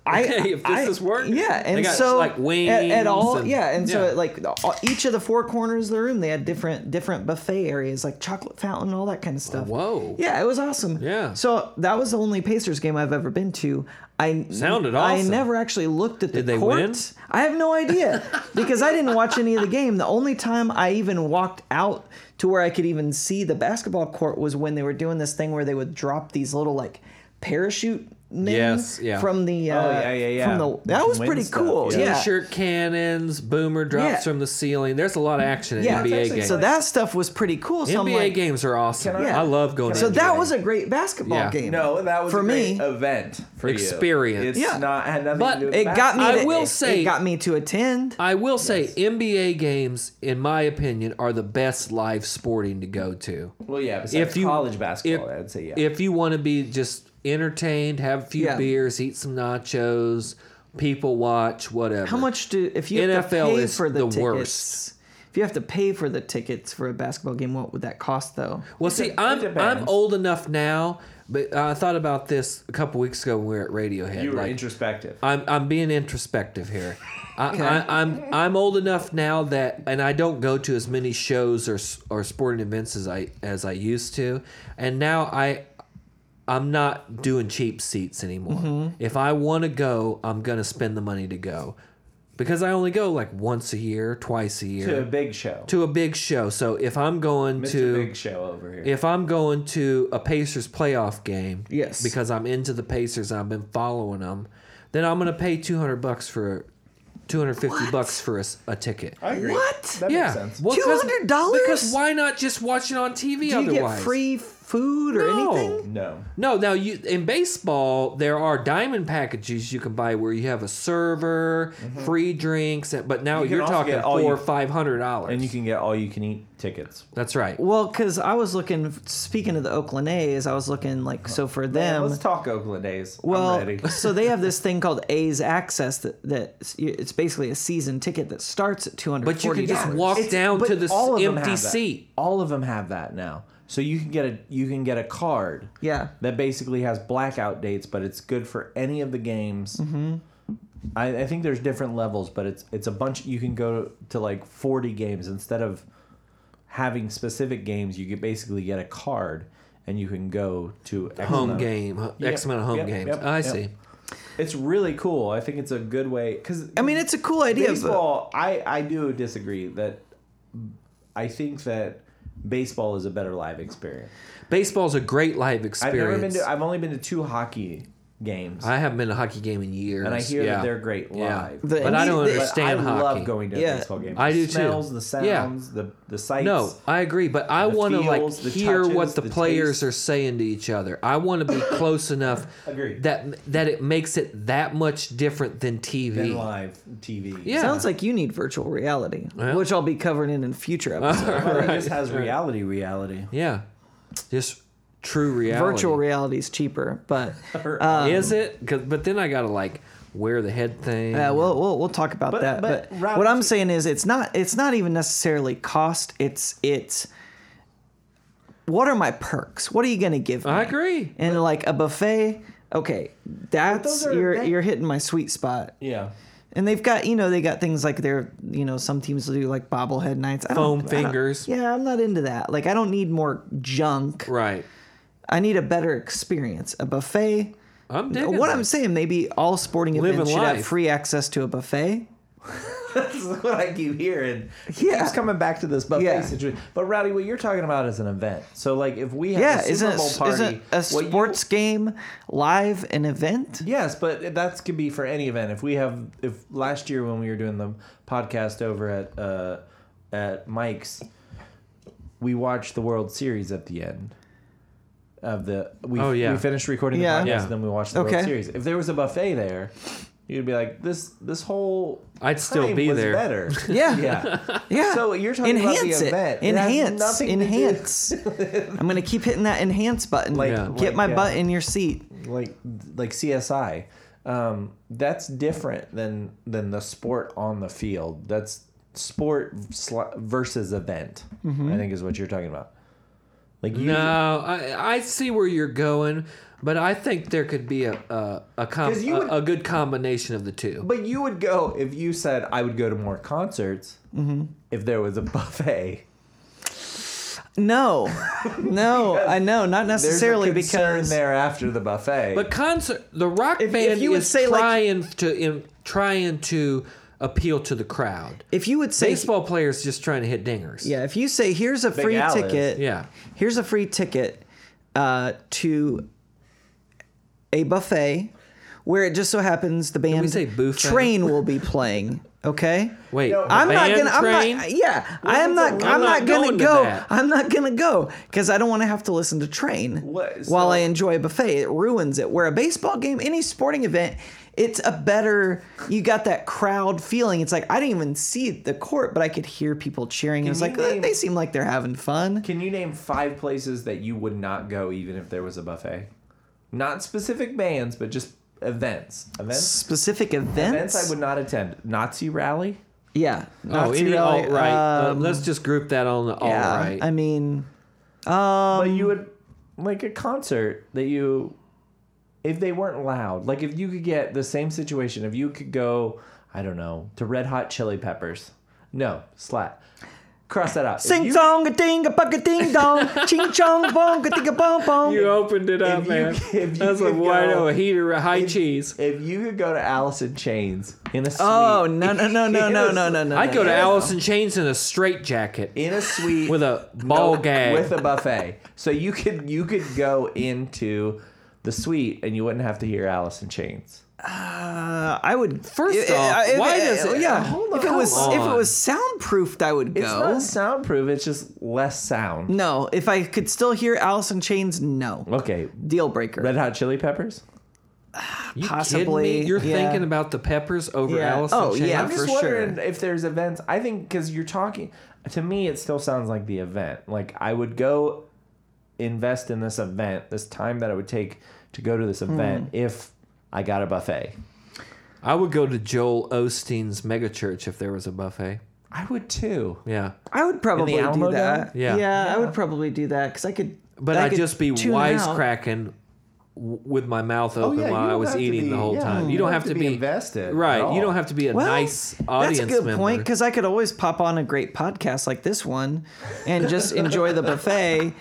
S3: I,
S2: Okay, if this
S3: I-
S2: is working.
S3: yeah, and
S2: They got,
S3: so
S2: like, wings
S3: at, at all,
S2: and-
S3: yeah, and
S2: yeah.
S3: so like all- each of the four corners of the room, they had different different buffet areas, like chocolate fountain, all that kind of stuff.
S2: Whoa.
S3: yeah, it was awesome.
S2: Yeah.
S3: so that was the only Pacers game I've ever been to. I
S2: Sounded
S3: I
S2: awesome.
S3: never actually looked at the
S2: Did they
S3: court.
S2: win?
S3: I have
S2: (laughs)
S3: no idea because I didn't watch any of the game. The only time I even walked out to where I could even see the basketball court was when they were doing this thing where they would drop these little like parachute men
S2: Yes, yeah.
S3: from the uh,
S1: Oh, yeah, yeah,
S3: from
S1: yeah.
S3: the that was
S1: Wind
S3: pretty
S1: stuff,
S3: cool.
S1: yeah.
S3: Yeah.
S2: T-shirt cannons, boomer drops
S3: Yeah.
S2: from the ceiling. There's a lot of action in
S3: Yeah.
S2: NBA games.
S3: So that stuff was pretty cool. So I'm
S2: NBA
S3: like-
S2: games are awesome.
S3: Yeah.
S2: I love going.
S3: So
S2: to
S3: that
S2: NBA.
S3: was a great basketball
S2: Yeah.
S3: game.
S1: No, that was
S3: For
S1: a great
S3: me-
S1: event for you.
S2: Experience.
S1: It's
S3: Yeah.
S1: not had nothing
S2: But
S1: to do with
S3: It got me.
S2: I
S3: to-
S2: will
S3: it-
S2: say-
S3: it got me to attend.
S2: I will say NBA games, in my opinion, are the best live sporting to go to.
S1: Well, yeah. Besides
S2: If you-
S1: college
S2: if-
S1: basketball, I'd say yeah.
S2: If you want to be just entertained, have a few
S3: Yeah.
S2: beers, eat some nachos, people watch, whatever.
S3: How much do if you have to
S2: NFL
S3: pay
S2: is
S3: for the,
S2: the
S3: tickets?
S2: worst.
S3: If you have to pay for the tickets for a basketball game, what would that cost though?
S2: Well, see, I'm
S1: depends.
S2: I'm old enough now, but I thought about this a couple weeks ago when we were at Radiohead.
S1: you were
S2: like,
S1: introspective.
S2: I'm I'm being introspective here. I,
S3: Okay.
S2: I, I'm I'm old enough now that, and I don't go to as many shows or s- or sporting events as I as I used to, and now I. I'm not doing cheap seats anymore.
S1: Mm-hmm.
S2: If I want to go, I'm going to spend the money to go. Because I only go like once a year, twice a year
S1: to a
S2: to,
S1: big show.
S2: a big show. So if I'm going
S1: Mr.
S2: to
S1: Big Show over here.
S2: if I'm going to a Pacers playoff game,
S3: Yes.
S2: because I'm into the Pacers and I've been following them, then I'm going to pay 200 bucks for 250 bucks for a, s- a ticket.
S1: I agree.
S3: What?
S1: That
S2: yeah,
S1: makes sense.
S2: Well, 'cause-
S3: $200?
S2: Because why not just watch it on TV
S3: Do you
S2: otherwise?
S3: get free f- food or
S2: No.
S3: anything?
S1: No.
S2: No, now you in baseball there are diamond packages you can buy where you have a server, free drinks, but
S1: Mm-hmm. You
S2: now you
S1: can
S2: are
S1: also
S2: talking
S1: get all
S2: four
S1: you-
S2: or five hundred dollars.
S1: And you can get all you can eat tickets.
S2: That's right.
S3: Well, because I was looking, speaking of the Oakland A's, I was looking like, so for
S1: Man,
S3: them.
S1: let's talk Oakland A's.
S3: Um, Well,
S1: I'm
S3: (laughs)
S1: ready.
S3: so they have this thing called A's Access that that it's basically a season ticket that starts at two hundred.
S2: But you can just walk down
S1: but
S2: to the
S1: all of them
S2: empty
S1: have that.
S2: seat.
S1: All of them have that now. So you can get a you can get a card.
S3: Yeah.
S1: That basically has blackout dates, but it's good for any of the games. Mm-hmm. I, I think there's different levels, but it's it's a bunch. You can go to like 40 games instead of having specific games. You could basically get a card, and you can go to X
S2: Home
S1: amount.
S2: game, X amount of home
S1: yep,
S2: games.
S1: yep,
S2: I
S1: yep.
S2: see.
S1: It's really cool. I think it's a good way because
S3: I mean, it's a cool idea. But
S1: baseball I, I do disagree that i think that baseball is a better live experience,
S2: Baseball's a great live
S1: i've
S2: experience.
S1: never been to i've only been to two hockey games
S2: I haven't been to a hockey game in years.
S1: and i hear
S2: yeah.
S1: that they're great
S2: Yeah.
S1: live
S3: The-
S2: but I don't
S1: but
S3: But I
S2: understand
S1: i
S2: hockey.
S1: love going to a
S3: Yeah.
S1: baseball game
S2: I do
S1: the
S2: too.
S1: smells the
S2: Yeah.
S1: sounds the the sights
S2: No, I agree, but I
S1: the
S2: want to like
S1: feels, the
S2: hear what
S1: touches,
S2: the,
S1: the
S2: players
S1: taste.
S2: are saying to each other. I want to
S1: (coughs)
S2: be close enough
S1: Agreed.
S2: that that it makes it that much different than TV.
S1: and live tv
S2: Yeah.
S3: sounds like you need virtual reality,
S2: Well.
S3: which I'll be covering in in future
S2: (laughs)
S3: episodes.
S1: Well, it just has reality reality (laughs)
S2: yeah, just true reality. Um,
S3: Virtual reality is cheaper,
S2: (laughs)
S3: but
S2: is it? 'Cause- but then I gotta like wear the head thing.
S1: Uh,
S3: yeah, we'll, we'll we'll talk about
S1: But-
S3: that. But,
S1: but Rob-
S3: what I'm saying is, it's not it's not even necessarily cost. It's it's what are my perks? What are you gonna give me?
S2: I agree.
S3: And like a buffet, okay, that's
S1: are-
S3: you're
S1: that-
S3: you're hitting my sweet spot.
S1: yeah
S3: And they've got, you know, they got things like their, you know, some teams will do like bobblehead nights. I
S2: Foam
S3: don't- I don't-
S2: fingers.
S3: Yeah, I'm not into that. Like, I don't need more junk.
S2: Right.
S3: I need a better experience. A buffet.
S2: I'm digging.
S3: What
S2: that.
S3: I'm saying, maybe all sporting
S2: Living
S3: events should have
S2: life.
S3: free access to a buffet.
S1: This is what I keep hearing. It
S3: Yeah.
S1: keeps coming back to this buffet
S3: Yeah.
S1: situation. But Rowdy, what you're talking about is an event. So like if we have
S3: Yeah,
S1: a Super
S3: isn't,
S1: Bowl party,
S3: isn't a
S1: what you-
S3: sports game live an event?
S1: yes, but that could be for any event. If we have, if last year when we were doing the podcast over at uh, at Mike's, we watched the World Series at the end of the. We,
S2: Oh, yeah.
S1: we finished recording
S3: Yeah.
S1: the podcast,
S2: Yeah.
S1: and then we watched the
S3: Okay.
S1: World Series. If there was a buffet there, you'd be like this. This whole
S2: I'd still
S1: time
S2: be
S1: was
S2: there.
S1: Better.
S3: Yeah.
S1: (laughs) yeah.
S3: Yeah.
S1: So you're talking about
S3: enhance
S1: the
S3: it.
S1: event. It has
S3: Enhance.
S1: nothing to do- (laughs)
S3: enhance. I'm gonna keep hitting that enhance button.
S1: Like-
S2: Yeah.
S3: get
S1: like,
S3: my
S1: uh,
S3: butt in your seat.
S1: like like CSI. Um, that's different than than the sport on the field. That's sport sl- versus event.
S3: Mm-hmm.
S1: I think is what you're talking about. Like you,
S2: No, I, I see where you're going, but I think there could be a a a, com-
S1: 'Cause you
S2: a,
S1: would-
S2: a good combination of the two.
S1: but you would go if you said I would go to more concerts
S3: Mm-hmm.
S1: if there was a buffet. (laughs)
S3: No, no, I know, not
S1: There's
S3: necessarily
S1: a concern
S3: because
S1: there after the buffet.
S2: But concert, the rock
S3: If- if
S2: band
S3: you would
S2: is
S3: say, like-
S2: trying to in, trying to appeal to the crowd.
S3: if you would say
S2: Baseball players just trying to hit dingers.
S3: yeah, if you say here's a free
S1: Al is-
S3: ticket,
S2: yeah.
S3: here's a free ticket uh, to a buffet where it just so happens the band
S2: we say buffet?
S3: Train will be playing. Okay.
S2: Wait,
S1: No,
S2: the
S3: I'm not
S2: band
S3: gonna. I'm
S2: train?
S3: not. Yeah, I am not.
S1: that's
S2: a-
S3: I'm
S2: I'm
S3: not,
S2: not
S3: gonna
S2: going to
S3: go.
S2: that.
S3: I'm not gonna go because I don't want to have to listen to Train
S1: What-
S3: while
S1: so-
S3: I enjoy a buffet. It ruins it. Where a baseball game, any sporting event, it's a better. You got that crowd feeling. It's like I didn't even see the court, but I could hear people cheering. and It's
S1: you
S3: like eh,
S1: name-
S3: they seem like they're having fun.
S1: Can you name five places that you would not go even if there was a buffet? Not specific bands, but just events. Events.
S3: Specific events.
S1: Events I would not attend. Nazi rally.
S3: Yeah.
S2: Oh,
S3: Nazi
S2: any
S3: rally,
S2: alt right.
S3: um,
S2: Let's just group that on the
S3: yeah.
S2: all right.
S3: I mean,
S1: but you would like a concert that you, if they weren't loud, like if you could get the same situation, if you could go, I don't know, to Red Hot Chili Peppers. No, slat. Cross that out. If
S3: sing
S1: you-
S3: song a ding a buck a
S2: (laughs)
S3: ding dong, ching chong bong a ding a bong bong.
S2: you opened it up,
S1: you-
S3: (laughs)
S2: man.
S1: if you
S2: That's a
S1: could
S2: white
S1: go-
S2: oh, heater high
S1: if-
S2: cheese.
S1: If you could go to Alice in Chains in a suite,
S3: Oh no no no no no no no no!
S2: I'd go to
S3: no.
S2: Alice in Chains in a straight jacket
S1: in a suite
S2: with a ball gag.
S1: with a buffet. So you could you could go into the suite and you wouldn't have to hear Alice in Chains.
S3: Uh, I would
S2: First off, why does it-
S3: Yeah,
S1: hold on,
S3: if it was
S1: come
S3: if it
S2: on.
S3: was soundproofed, I would
S1: It's
S3: go.
S1: not soundproof. It's just less sound.
S3: no, if I could still hear Alice in Chains, no.
S1: Okay.
S3: Deal breaker.
S1: Red Hot Chili Peppers.
S2: You
S3: Possibly,
S2: kidding me? You're
S3: yeah.
S2: thinking about the peppers over
S3: Yeah.
S2: Alice in
S3: Oh,
S2: Chains?
S3: yeah,
S1: I'm just
S3: for
S1: wondering if there's events. I think because you're talking to me, it still sounds like the event. Like I would go invest in this event, this time that it would take to go to this event if I got a buffet.
S2: I would go to Joel Osteen's megachurch if there was a buffet.
S1: I would too.
S2: Yeah.
S3: I would probably
S1: Alamo
S3: do that.
S1: Dome?
S2: Yeah.
S3: yeah, I would probably do that because I could.
S2: But
S3: I
S2: I'd
S3: could
S2: just be
S3: tune out.
S2: wisecracking w- with my mouth open
S1: Oh, yeah, you
S2: while I
S1: don't
S2: was
S1: have to
S2: eating
S1: be-
S2: the whole
S1: yeah, Oh,
S2: time. You don't have to be
S1: invested at
S2: Right.
S1: all.
S2: You don't have to be a
S3: Well,
S2: nice audience
S3: That's a good
S2: member.
S3: point because I could always pop on a great podcast like this one
S2: (laughs)
S3: and just enjoy the buffet,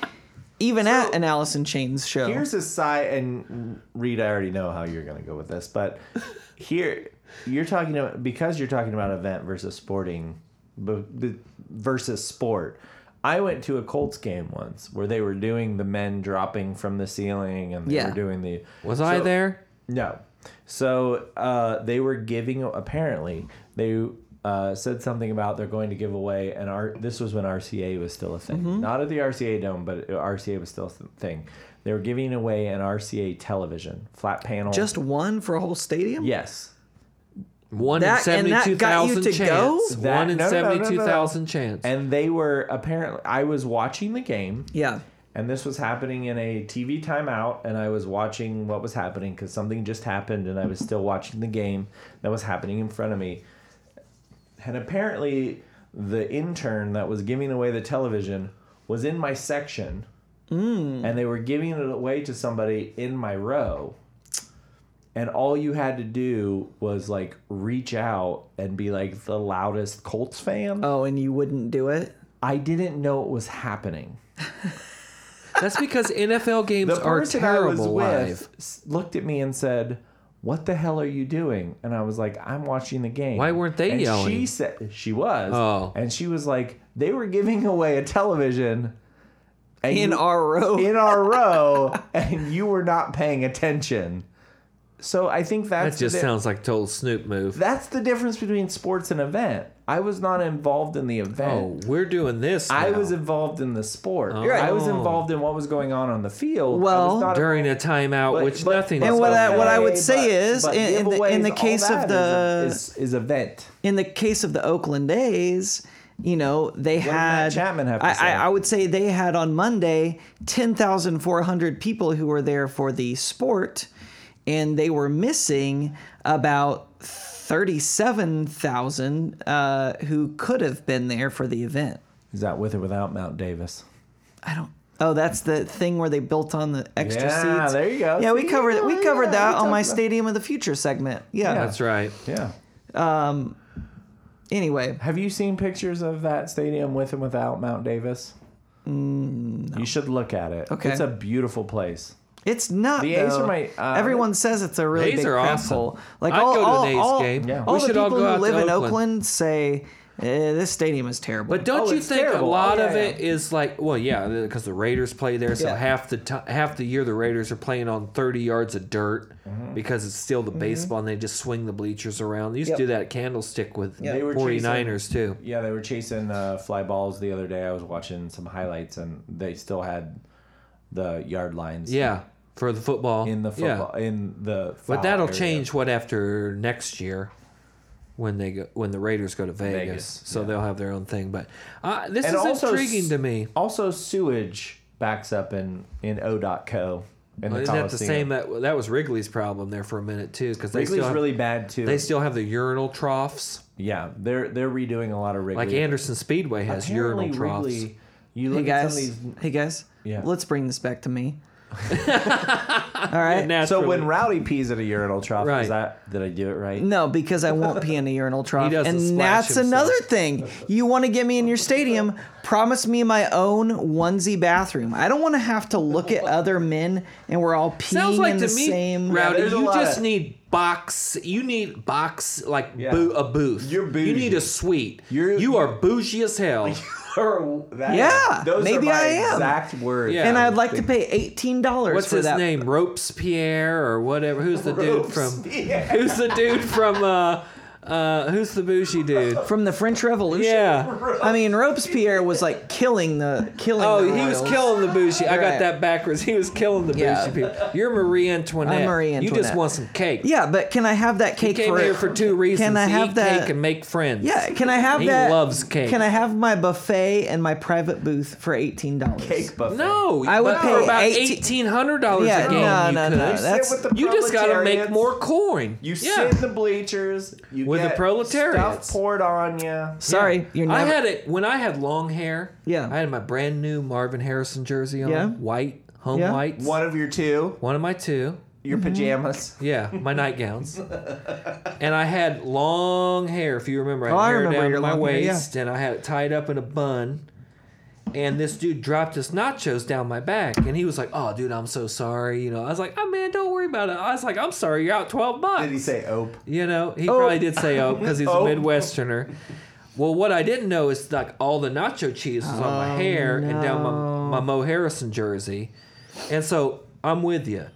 S3: even at an Alice in Chains show.
S1: Here's a side, and Reed, I already know how you're going to go with this, but here you're talking about because you're talking about event versus sporting b- b- versus sport. I went to a Colts game once where they were doing the men dropping from the ceiling, and they
S3: Yeah.
S1: were doing the.
S2: Was I
S1: So-
S2: there?
S1: No. So uh, they were giving apparently they uh, said something about they're going to give away an R. This was when RCA was still a thing,
S2: Mm-hmm.
S1: not at the RCA dome, but RCA was still a thing. They were giving away an RCA television, flat panel.
S3: Just one for a whole stadium.
S1: yes.
S2: One in
S3: That- and that
S2: seventy-two
S3: got you
S2: thousand
S3: to
S2: chance.
S3: go?
S1: That-
S2: One in
S1: no, no, no, no, no.
S2: seventy-two thousand chance.
S1: And they were apparently. I was watching the game.
S3: Yeah.
S1: And this was happening in a TV timeout, and I was watching what was happening because something just happened, and I was still watching the game that was happening in front of me. And apparently, the intern that was giving away the television was in my section, and they were giving it away to somebody in my row. And all you had to do was like reach out and be like the loudest Colts fan.
S3: Oh, and you wouldn't do it.
S1: I didn't know it was happening.
S2: That's
S1: (laughs)
S2: because NFL games
S1: the
S2: are
S1: person I was
S2: terrible live.
S1: with s- looked at me and said, "What the hell are you doing?" And I was like, "I'm watching the game."
S2: Why weren't they
S1: and She
S2: yelling?
S1: said she was.
S2: Oh.
S1: and she was like, "They were giving away a television and
S3: In
S1: you-
S3: our row.
S1: in our row, and you were not paying attention." So I think that's
S2: That
S1: the
S2: just
S1: di-
S2: sounds like a total snoop move.
S1: that's the difference between sports and event. I was not involved in the event.
S2: Oh, we're doing this.
S1: I
S2: now.
S1: was involved in the sport.
S2: right.
S1: I was involved in what was going on on the field. I
S3: Well,
S1: was not
S2: during a timeout,
S1: But-
S2: which
S1: but-
S2: nothing.
S3: And
S2: is
S3: what I- what I would
S1: But-
S3: say is, in- in the- in
S1: giveaways,
S3: the
S1: all
S3: case of
S1: that
S3: the-
S1: is, is, is event.
S3: in the case of the Oakland A's, you know they had
S1: Matt Chapman have to
S3: I,
S1: say?
S3: I, I would say they had on Monday ten thousand four hundred people who were there for the sport, and they were missing about thirty-seven thousand uh, who could have been there for the event.
S1: Is that with or without Mount Davis?
S3: I don't. Oh, that's the thing where they built on the extra
S1: Yeah,
S3: seats.
S1: there you go.
S3: Yeah, we
S1: See,
S3: covered
S1: yeah,
S3: we covered
S1: yeah,
S3: that
S1: we
S3: on my
S1: talked about-
S3: Stadium of the Future segment. Yeah.
S2: That's right.
S1: Yeah.
S3: Anyway,
S1: Have you seen pictures of that stadium with and without Mount Davis? You should look at it.
S3: Mm, Okay.
S1: It's a beautiful place.
S3: It's not.
S1: The A's
S3: though.
S1: are my, uh,
S3: Everyone says it's a really
S2: A's
S3: big
S2: are
S3: crap
S2: awesome.
S3: hole. Like
S2: I'd
S3: all,
S2: go to an
S3: all,
S2: A's
S3: all-
S2: game. Yeah.
S3: all
S2: We
S3: the
S2: should all
S3: people
S2: go out
S3: who
S2: to
S3: live in
S2: Oakland.
S3: Oakland say eh, this stadium is terrible.
S2: But don't
S1: Oh,
S2: you
S1: it's
S2: think
S1: terrible.
S2: a lot
S1: Oh, yeah,
S2: of it is
S1: yeah.
S2: like, well, yeah, because the Raiders play there, so
S3: Yeah.
S2: half the ti half the year the Raiders are playing on thirty yards of dirt
S1: Mm-hmm.
S2: because it's still the baseball, and they just swing the bleachers around. They used
S3: Yep.
S2: to do that at Candlestick with
S1: They were
S2: 49ers too.
S1: Yeah, they were chasing uh, fly balls the other day. I was watching some highlights, and they still had the yard lines.
S2: Yeah, for the football
S1: In the
S2: Yeah.
S1: football, in the. foul
S2: But that'll
S1: area.
S2: change what after next year when they go, when the Raiders go to Vegas,
S1: Vegas,
S2: so they'll have their own thing. But uh, this
S1: And
S2: is
S1: also
S2: intriguing
S1: s-
S2: to me.
S1: Also, sewage backs up in in O.co. In
S2: Well,
S1: the
S2: isn't that the
S1: Coliseum.
S2: same? That, that was Wrigley's problem there for a minute too, because they
S1: Wrigley's
S2: still have,
S1: really bad too.
S2: they still have the urinal troughs.
S1: Yeah, they're they're redoing a lot of Wrigley.
S2: Like Anderson Speedway has
S1: Apparently
S2: urinal troughs.
S1: Wrigley, you
S3: hey
S1: look at
S3: guys,
S1: some of these.
S3: hey guys,
S1: Yeah.
S3: let's bring this back
S2: (laughs)
S3: to me. all right.
S1: So when Rowdy pees at a urinal trough,
S2: Right.
S1: is that did I do it right?
S3: no, because I won't pee in a urinal trough.
S2: doesn't
S3: And
S2: splash
S3: that's
S2: himself.
S3: another thing. You want to get me in your stadium? Promise me my own onesie bathroom. I don't want to have to look at other men and we're all peeing
S2: sounds like
S3: in
S2: to
S3: the
S2: me,
S3: same.
S2: Rowdy,
S1: there's a
S2: you
S1: lot
S2: just
S1: of-
S2: need box. You need box like
S1: Yeah.
S2: boo, a booth.
S1: You're
S2: You need
S1: bougie.
S2: a suite.
S1: You're-
S2: You're, you are bougie as (laughs) hell.
S1: Or that-
S3: Yeah,
S1: those
S3: maybe
S1: are my
S3: I am.
S1: Exact words.
S2: Yeah.
S3: and I'd like to pay eighteen dollars
S2: What's
S3: for
S2: his
S3: that.
S2: name? Robespierre or whatever. Who's the dude from?
S1: Robespierre.
S2: Who's the dude from? Uh, uh, who's the bougie dude?
S3: From the French Revolution.
S2: Yeah.
S3: I mean, Robespierre was like killing the killing.
S2: Oh,
S3: the
S2: he was
S3: royals.
S2: killing the bougie. I got
S3: Right.
S2: that backwards. He was killing the
S3: Yeah.
S2: bougie people. You're Marie Antoinette.
S3: I'm Marie
S2: You
S3: Antoinette.
S2: just want some cake.
S3: Yeah, but can I have that
S2: He
S3: cake
S2: came
S3: for
S2: here for two reasons.
S3: Can I
S2: to
S3: have
S2: eat
S3: that-
S2: cake and make friends?
S3: Yeah, can I have
S2: He
S3: that?
S2: loves cake.
S3: Can I have my buffet and my private booth for eighteen dollars?
S1: Cake buffet.
S2: No,
S3: I would
S2: but
S3: pay
S2: for about
S3: 18
S2: eighteen hundred dollars
S3: Yeah,
S2: a game.
S3: no,
S2: you
S3: no,
S2: could.
S3: no,
S1: You sit
S3: that's-
S1: with the
S2: You just gotta make
S1: proletariats.
S2: more coin.
S1: You
S2: yeah.
S1: sit in the bleachers. You
S2: With the
S1: get
S2: proletariats.
S1: Stuff poured on you.
S3: Sorry, you're never.
S2: I had it when I had long hair.
S3: Yeah.
S2: I had my brand new Marvin Harrison jersey on.
S3: Yeah.
S2: White, home
S3: Yeah.
S2: whites.
S1: One of your two,
S2: One of my two.
S1: your pajamas. (laughs)
S2: Yeah, my nightgowns. and I had long hair, if you remember. I had
S3: Oh, I
S2: hair
S3: remember
S2: down
S3: your
S2: to my
S3: long hair, yeah.
S2: waist, and I had it tied up in a bun. And this dude dropped his nachos down my back, and he was like, "Oh, dude, I'm so sorry." You know, I was like, "Oh man, don't worry about it." I was like, "I'm sorry, you're out twelve bucks."
S1: Did he say ope?
S2: You know, he probably did say "oh" because he's
S1: (laughs) Oh.
S2: a Midwesterner. Well, what I didn't know is like all the nacho cheese was on
S3: Oh,
S2: my hair and down my, my Mo Harrison jersey, and so I'm with you.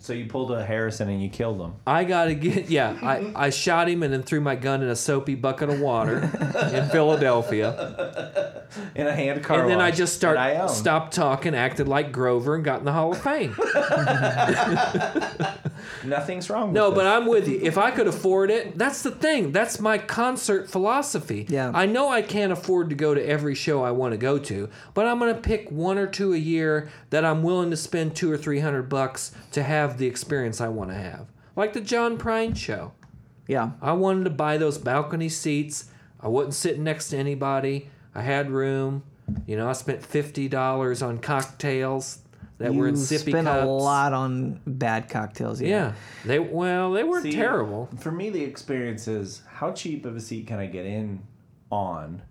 S1: So you pulled a Harrison and you killed him.
S2: I gotta get yeah. I, I shot him and then threw my gun in a soapy bucket of water
S1: (laughs)
S2: in Philadelphia,
S1: In a hand car.
S2: and then I
S1: wash
S2: just
S1: that I
S2: start
S1: own.
S2: stopped talking, acted like Grover, and got in the Hall of Fame.
S1: Nothing's wrong.
S2: No,
S1: with
S2: but
S1: this.
S2: I'm with you. If I could afford it, that's the thing. That's my concert philosophy.
S3: Yeah.
S2: I know I can't afford to go to every show I want to go to, but I'm gonna pick one or two a year that I'm willing to spend two or three hundred bucks to have the experience I want to have, like the John Prine show.
S3: yeah,
S2: I wanted to buy those balcony seats. I wasn't sitting next to anybody. I had room. You know, I spent fifty dollars on cocktails that were in
S3: you
S2: sippy
S3: spent
S2: cups.
S3: a lot on bad cocktails. Yeah.
S2: Yeah, they well, they weren't
S1: See,
S2: terrible.
S1: For me, the experience is how cheap of a seat can I get in on,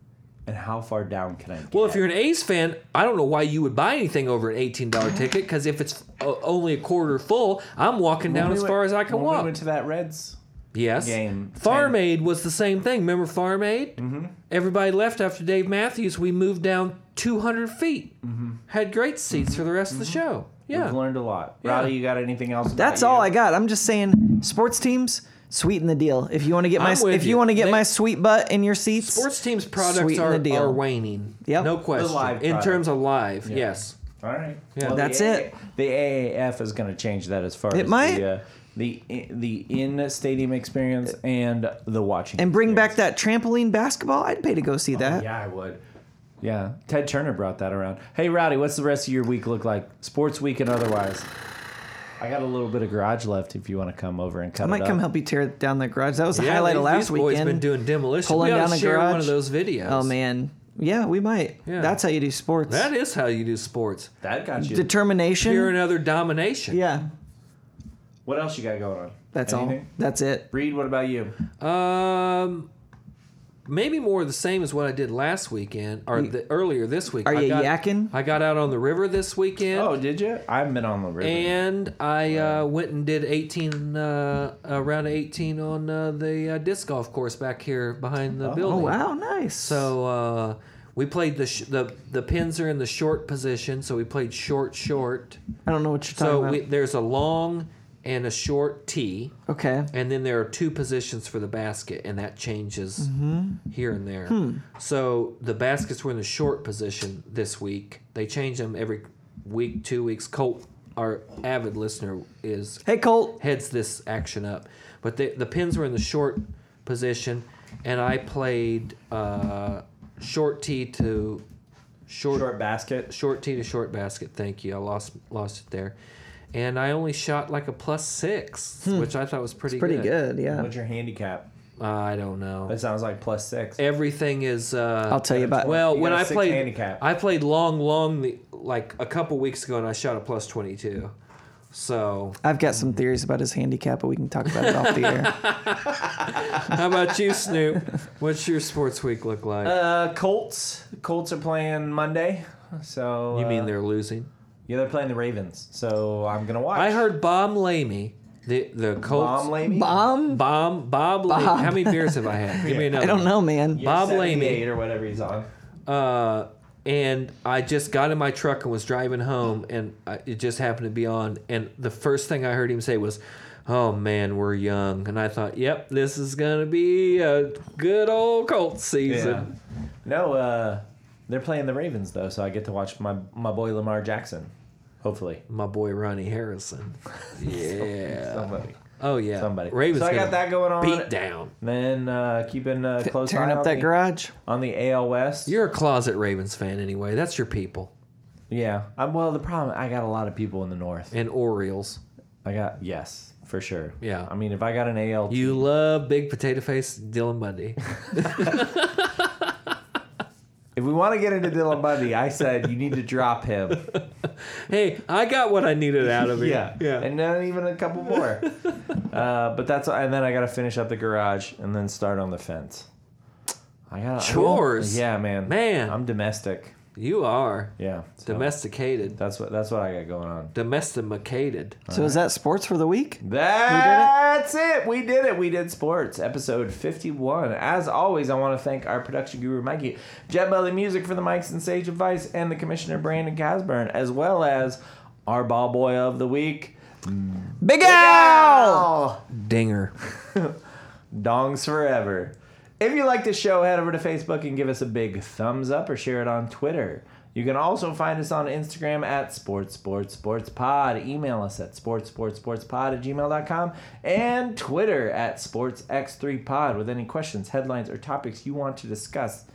S1: and how far down can I? Get?
S2: Well, if you're an A's fan, I don't know why you would buy anything over an eighteen dollar ticket. Because if it's o- only a quarter full, I'm walking down
S1: When we
S2: as
S1: went-
S2: far as I can
S1: when
S2: walk.
S1: We went to that Reds.
S2: yes,
S1: game,
S2: Farm Aid was the same thing. Remember Farm Aid? Mm-hmm. Everybody left after Dave Matthews. We moved down two hundred feet. Mm-hmm. Had great seats
S3: Mm-hmm.
S2: for the rest of the show.
S1: We've
S2: Yeah,
S1: learned a lot.
S2: Yeah.
S1: Rowdy, you got anything else?
S3: That's all I got. I'm just saying, sports teams sweeten the deal. If you want to get my
S2: I'm with
S3: if you,
S2: you.
S3: want to get
S2: They-
S3: my sweet butt in your seats,
S2: sports teams products
S3: sweeten
S2: are,
S3: the deal.
S2: are waning.
S3: Yep.
S2: no
S3: The
S2: question.
S1: live
S2: in
S1: product.
S2: terms of live, yes.
S1: All right.
S2: Yeah.
S1: the
S3: That's
S1: AA
S3: it.
S1: The AAF is going to change that as far
S3: It
S1: as
S3: might.
S1: the uh, the the in stadium experience and the watching.
S3: and bring
S1: experience.
S3: back that trampoline basketball. I'd pay to go see that.
S1: Yeah, I would. Yeah, Ted Turner brought that around. Hey, Rowdy, what's the rest of your week look like? Sports week and otherwise. I got a little bit of garage left if you want to come over and cut
S3: I
S1: it
S3: might
S1: up.
S3: come help you tear down the garage. That was the
S2: uh, Yeah,
S3: highlight
S2: these-
S3: of last
S2: these boys
S3: weekend.
S2: been doing demolition.
S3: Pulling
S2: we ought
S3: down
S2: to
S3: a
S2: share one
S3: garage.
S2: of those videos.
S3: oh man, yeah, we might.
S2: Yeah.
S3: That's how you do sports.
S2: that is how you do sports.
S1: That got you.
S3: Determination.
S2: You're another domination.
S3: Mm-hmm. yeah,
S1: what else you got going on?
S3: that's all.
S1: Anything?
S3: That's it.
S1: Reed, what about you?
S2: Um, maybe more of the same as what I did last weekend or the, earlier this week.
S3: Are
S2: I
S3: you
S2: got,
S3: yakking?
S2: I got out on the river this weekend.
S1: Oh, did you? I've been on the river.
S2: And I uh, went and did 18, uh, uh, round of 18 on uh, the uh, disc golf course back here behind the
S3: Oh
S2: building.
S3: wow, nice.
S2: So uh, we played the, sh- the the pins are in the short position, so we played short short.
S3: I don't know what you're talking
S2: So
S3: about.
S2: we, there's a long and a short tee.
S3: okay.
S2: And then there are two positions for the basket, and that changes here and there. So the baskets were in the short position this week. They change them every week, two weeks. Colt, our avid listener, is
S3: Hey Colt.
S2: heads this action up. But the, the pins were in the short position, and I played uh, short tee to short
S1: Short basket.
S2: short tee to short basket. Thank you. I lost lost it there, and I only shot like a plus six, which I thought was Hmm. pretty
S3: Pretty good, yeah.
S1: What's your handicap?
S2: I don't know.
S1: That sounds like plus six.
S2: Everything is. Uh,
S3: I'll tell you about.
S2: Well,
S1: You
S2: when
S1: got a
S2: I
S1: six
S2: played,
S1: handicap.
S2: I played long, long, the, like a couple weeks ago, and I shot a plus twenty two. So,
S3: I've got some theories about his handicap, but we can talk about it off the
S2: (laughs)
S3: air.
S2: how about
S3: (laughs)
S2: you, Snoop? What's your sports week look like?
S1: Uh, Colts. Colts are playing Monday. So
S2: you mean
S1: uh,
S2: they're losing?
S1: yeah, they're playing the Ravens. So I'm gonna watch.
S2: I heard Bob Lamy The the Colts.
S1: Bomb Lamy?
S3: Bomb?
S2: Bomb Bob. Lamy.
S3: Bob.
S2: How many beers have I had? Give me
S3: (laughs)
S2: another.
S3: Um, I don't know, man.
S1: Year
S2: Bob Lamy.
S1: 78 or whatever he's on.
S2: uh, and I just got in my truck and was driving home, and I, it just happened to be on. And the first thing I heard him say was, "Oh man, we're young." And I thought, "Yep, this is gonna be a good old Colts season."
S1: No, uh, they're playing the Ravens though, so I get to watch my my boy Lamar Jackson. Hopefully,
S2: My boy Ronnie
S1: (laughs)
S2: Harrison. Yeah.
S1: somebody.
S2: oh yeah.
S1: Somebody.
S2: Ravens.
S1: So I got
S2: gonna
S1: that going on.
S2: Beat down.
S1: Then uh, keeping uh, close
S3: Tearing
S1: eye
S3: up
S1: on
S3: that
S1: the,
S3: garage.
S1: on the AL West.
S2: You're a closet Ravens fan anyway. That's your people.
S1: yeah. I'm, well, the problem I got a lot of people in the North.
S2: And Orioles.
S1: I got yes for sure.
S2: Yeah.
S1: I mean, if I got an AL,
S2: You love Big Potato Face
S1: (laughs)
S2: Dylan Bundy.
S1: if we want to get into Dylan Bundy, I said you need to drop him.
S2: hey, I got what I needed out of it.
S1: yeah,
S2: Yeah.
S1: and then even a couple
S2: (laughs)
S1: more. uh, but that's and then I got to finish up the garage and then start on the fence. I got
S2: Chores.
S1: yeah, man.
S2: Man.
S1: I'm domestic.
S2: you are.
S1: Yeah, so
S2: Domesticated.
S1: That's what that's what I got going on.
S2: Domesticated.
S3: So is that sports for the week?
S1: That's it. We did it. We did sports episode 51. As always, I want to thank our production guru Mikey, Jet Belly Music for the mics and stage advice, and the commissioner Brandon Casburn, as well as our ball boy of the week,
S3: Big Al!
S1: Al!
S2: Dinger.
S1: Dongs Forever. If you like this show, head over to Facebook and give us a big thumbs up or share it on Twitter. You can also find us on Instagram at sports sports sports pod. Email us at sports sports sports pod at gmail.com and Twitter at sportsx3pod with any questions, headlines, or topics you want to discuss,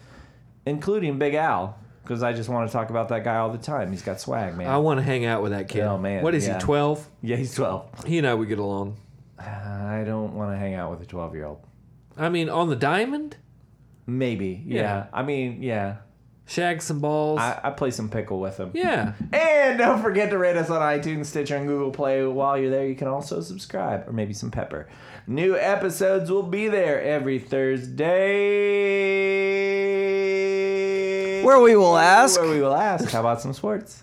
S1: including Big Al, because I just want to talk about that guy all the time. He's got swag, man.
S2: I want to hang out with that kid.
S1: Oh, man,
S2: What is
S1: yeah.
S2: he, 12?
S1: yeah, he's 12.
S2: He and I would get along.
S1: I don't want to hang out with a 12 year old.
S2: I mean, on the diamond,
S1: Maybe.
S2: Yeah.
S1: yeah. I mean, yeah.
S2: shag some balls.
S1: I, I play some pickle with them.
S2: yeah.
S1: And don't forget to rate us on iTunes, Stitcher, and Google Play. While you're there, you can also subscribe or maybe some pepper. New episodes will be there every Thursday.
S3: Where we will ask.
S1: Where we will ask. How about some sports?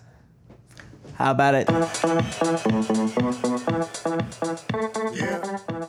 S3: How about it?
S5: Yeah.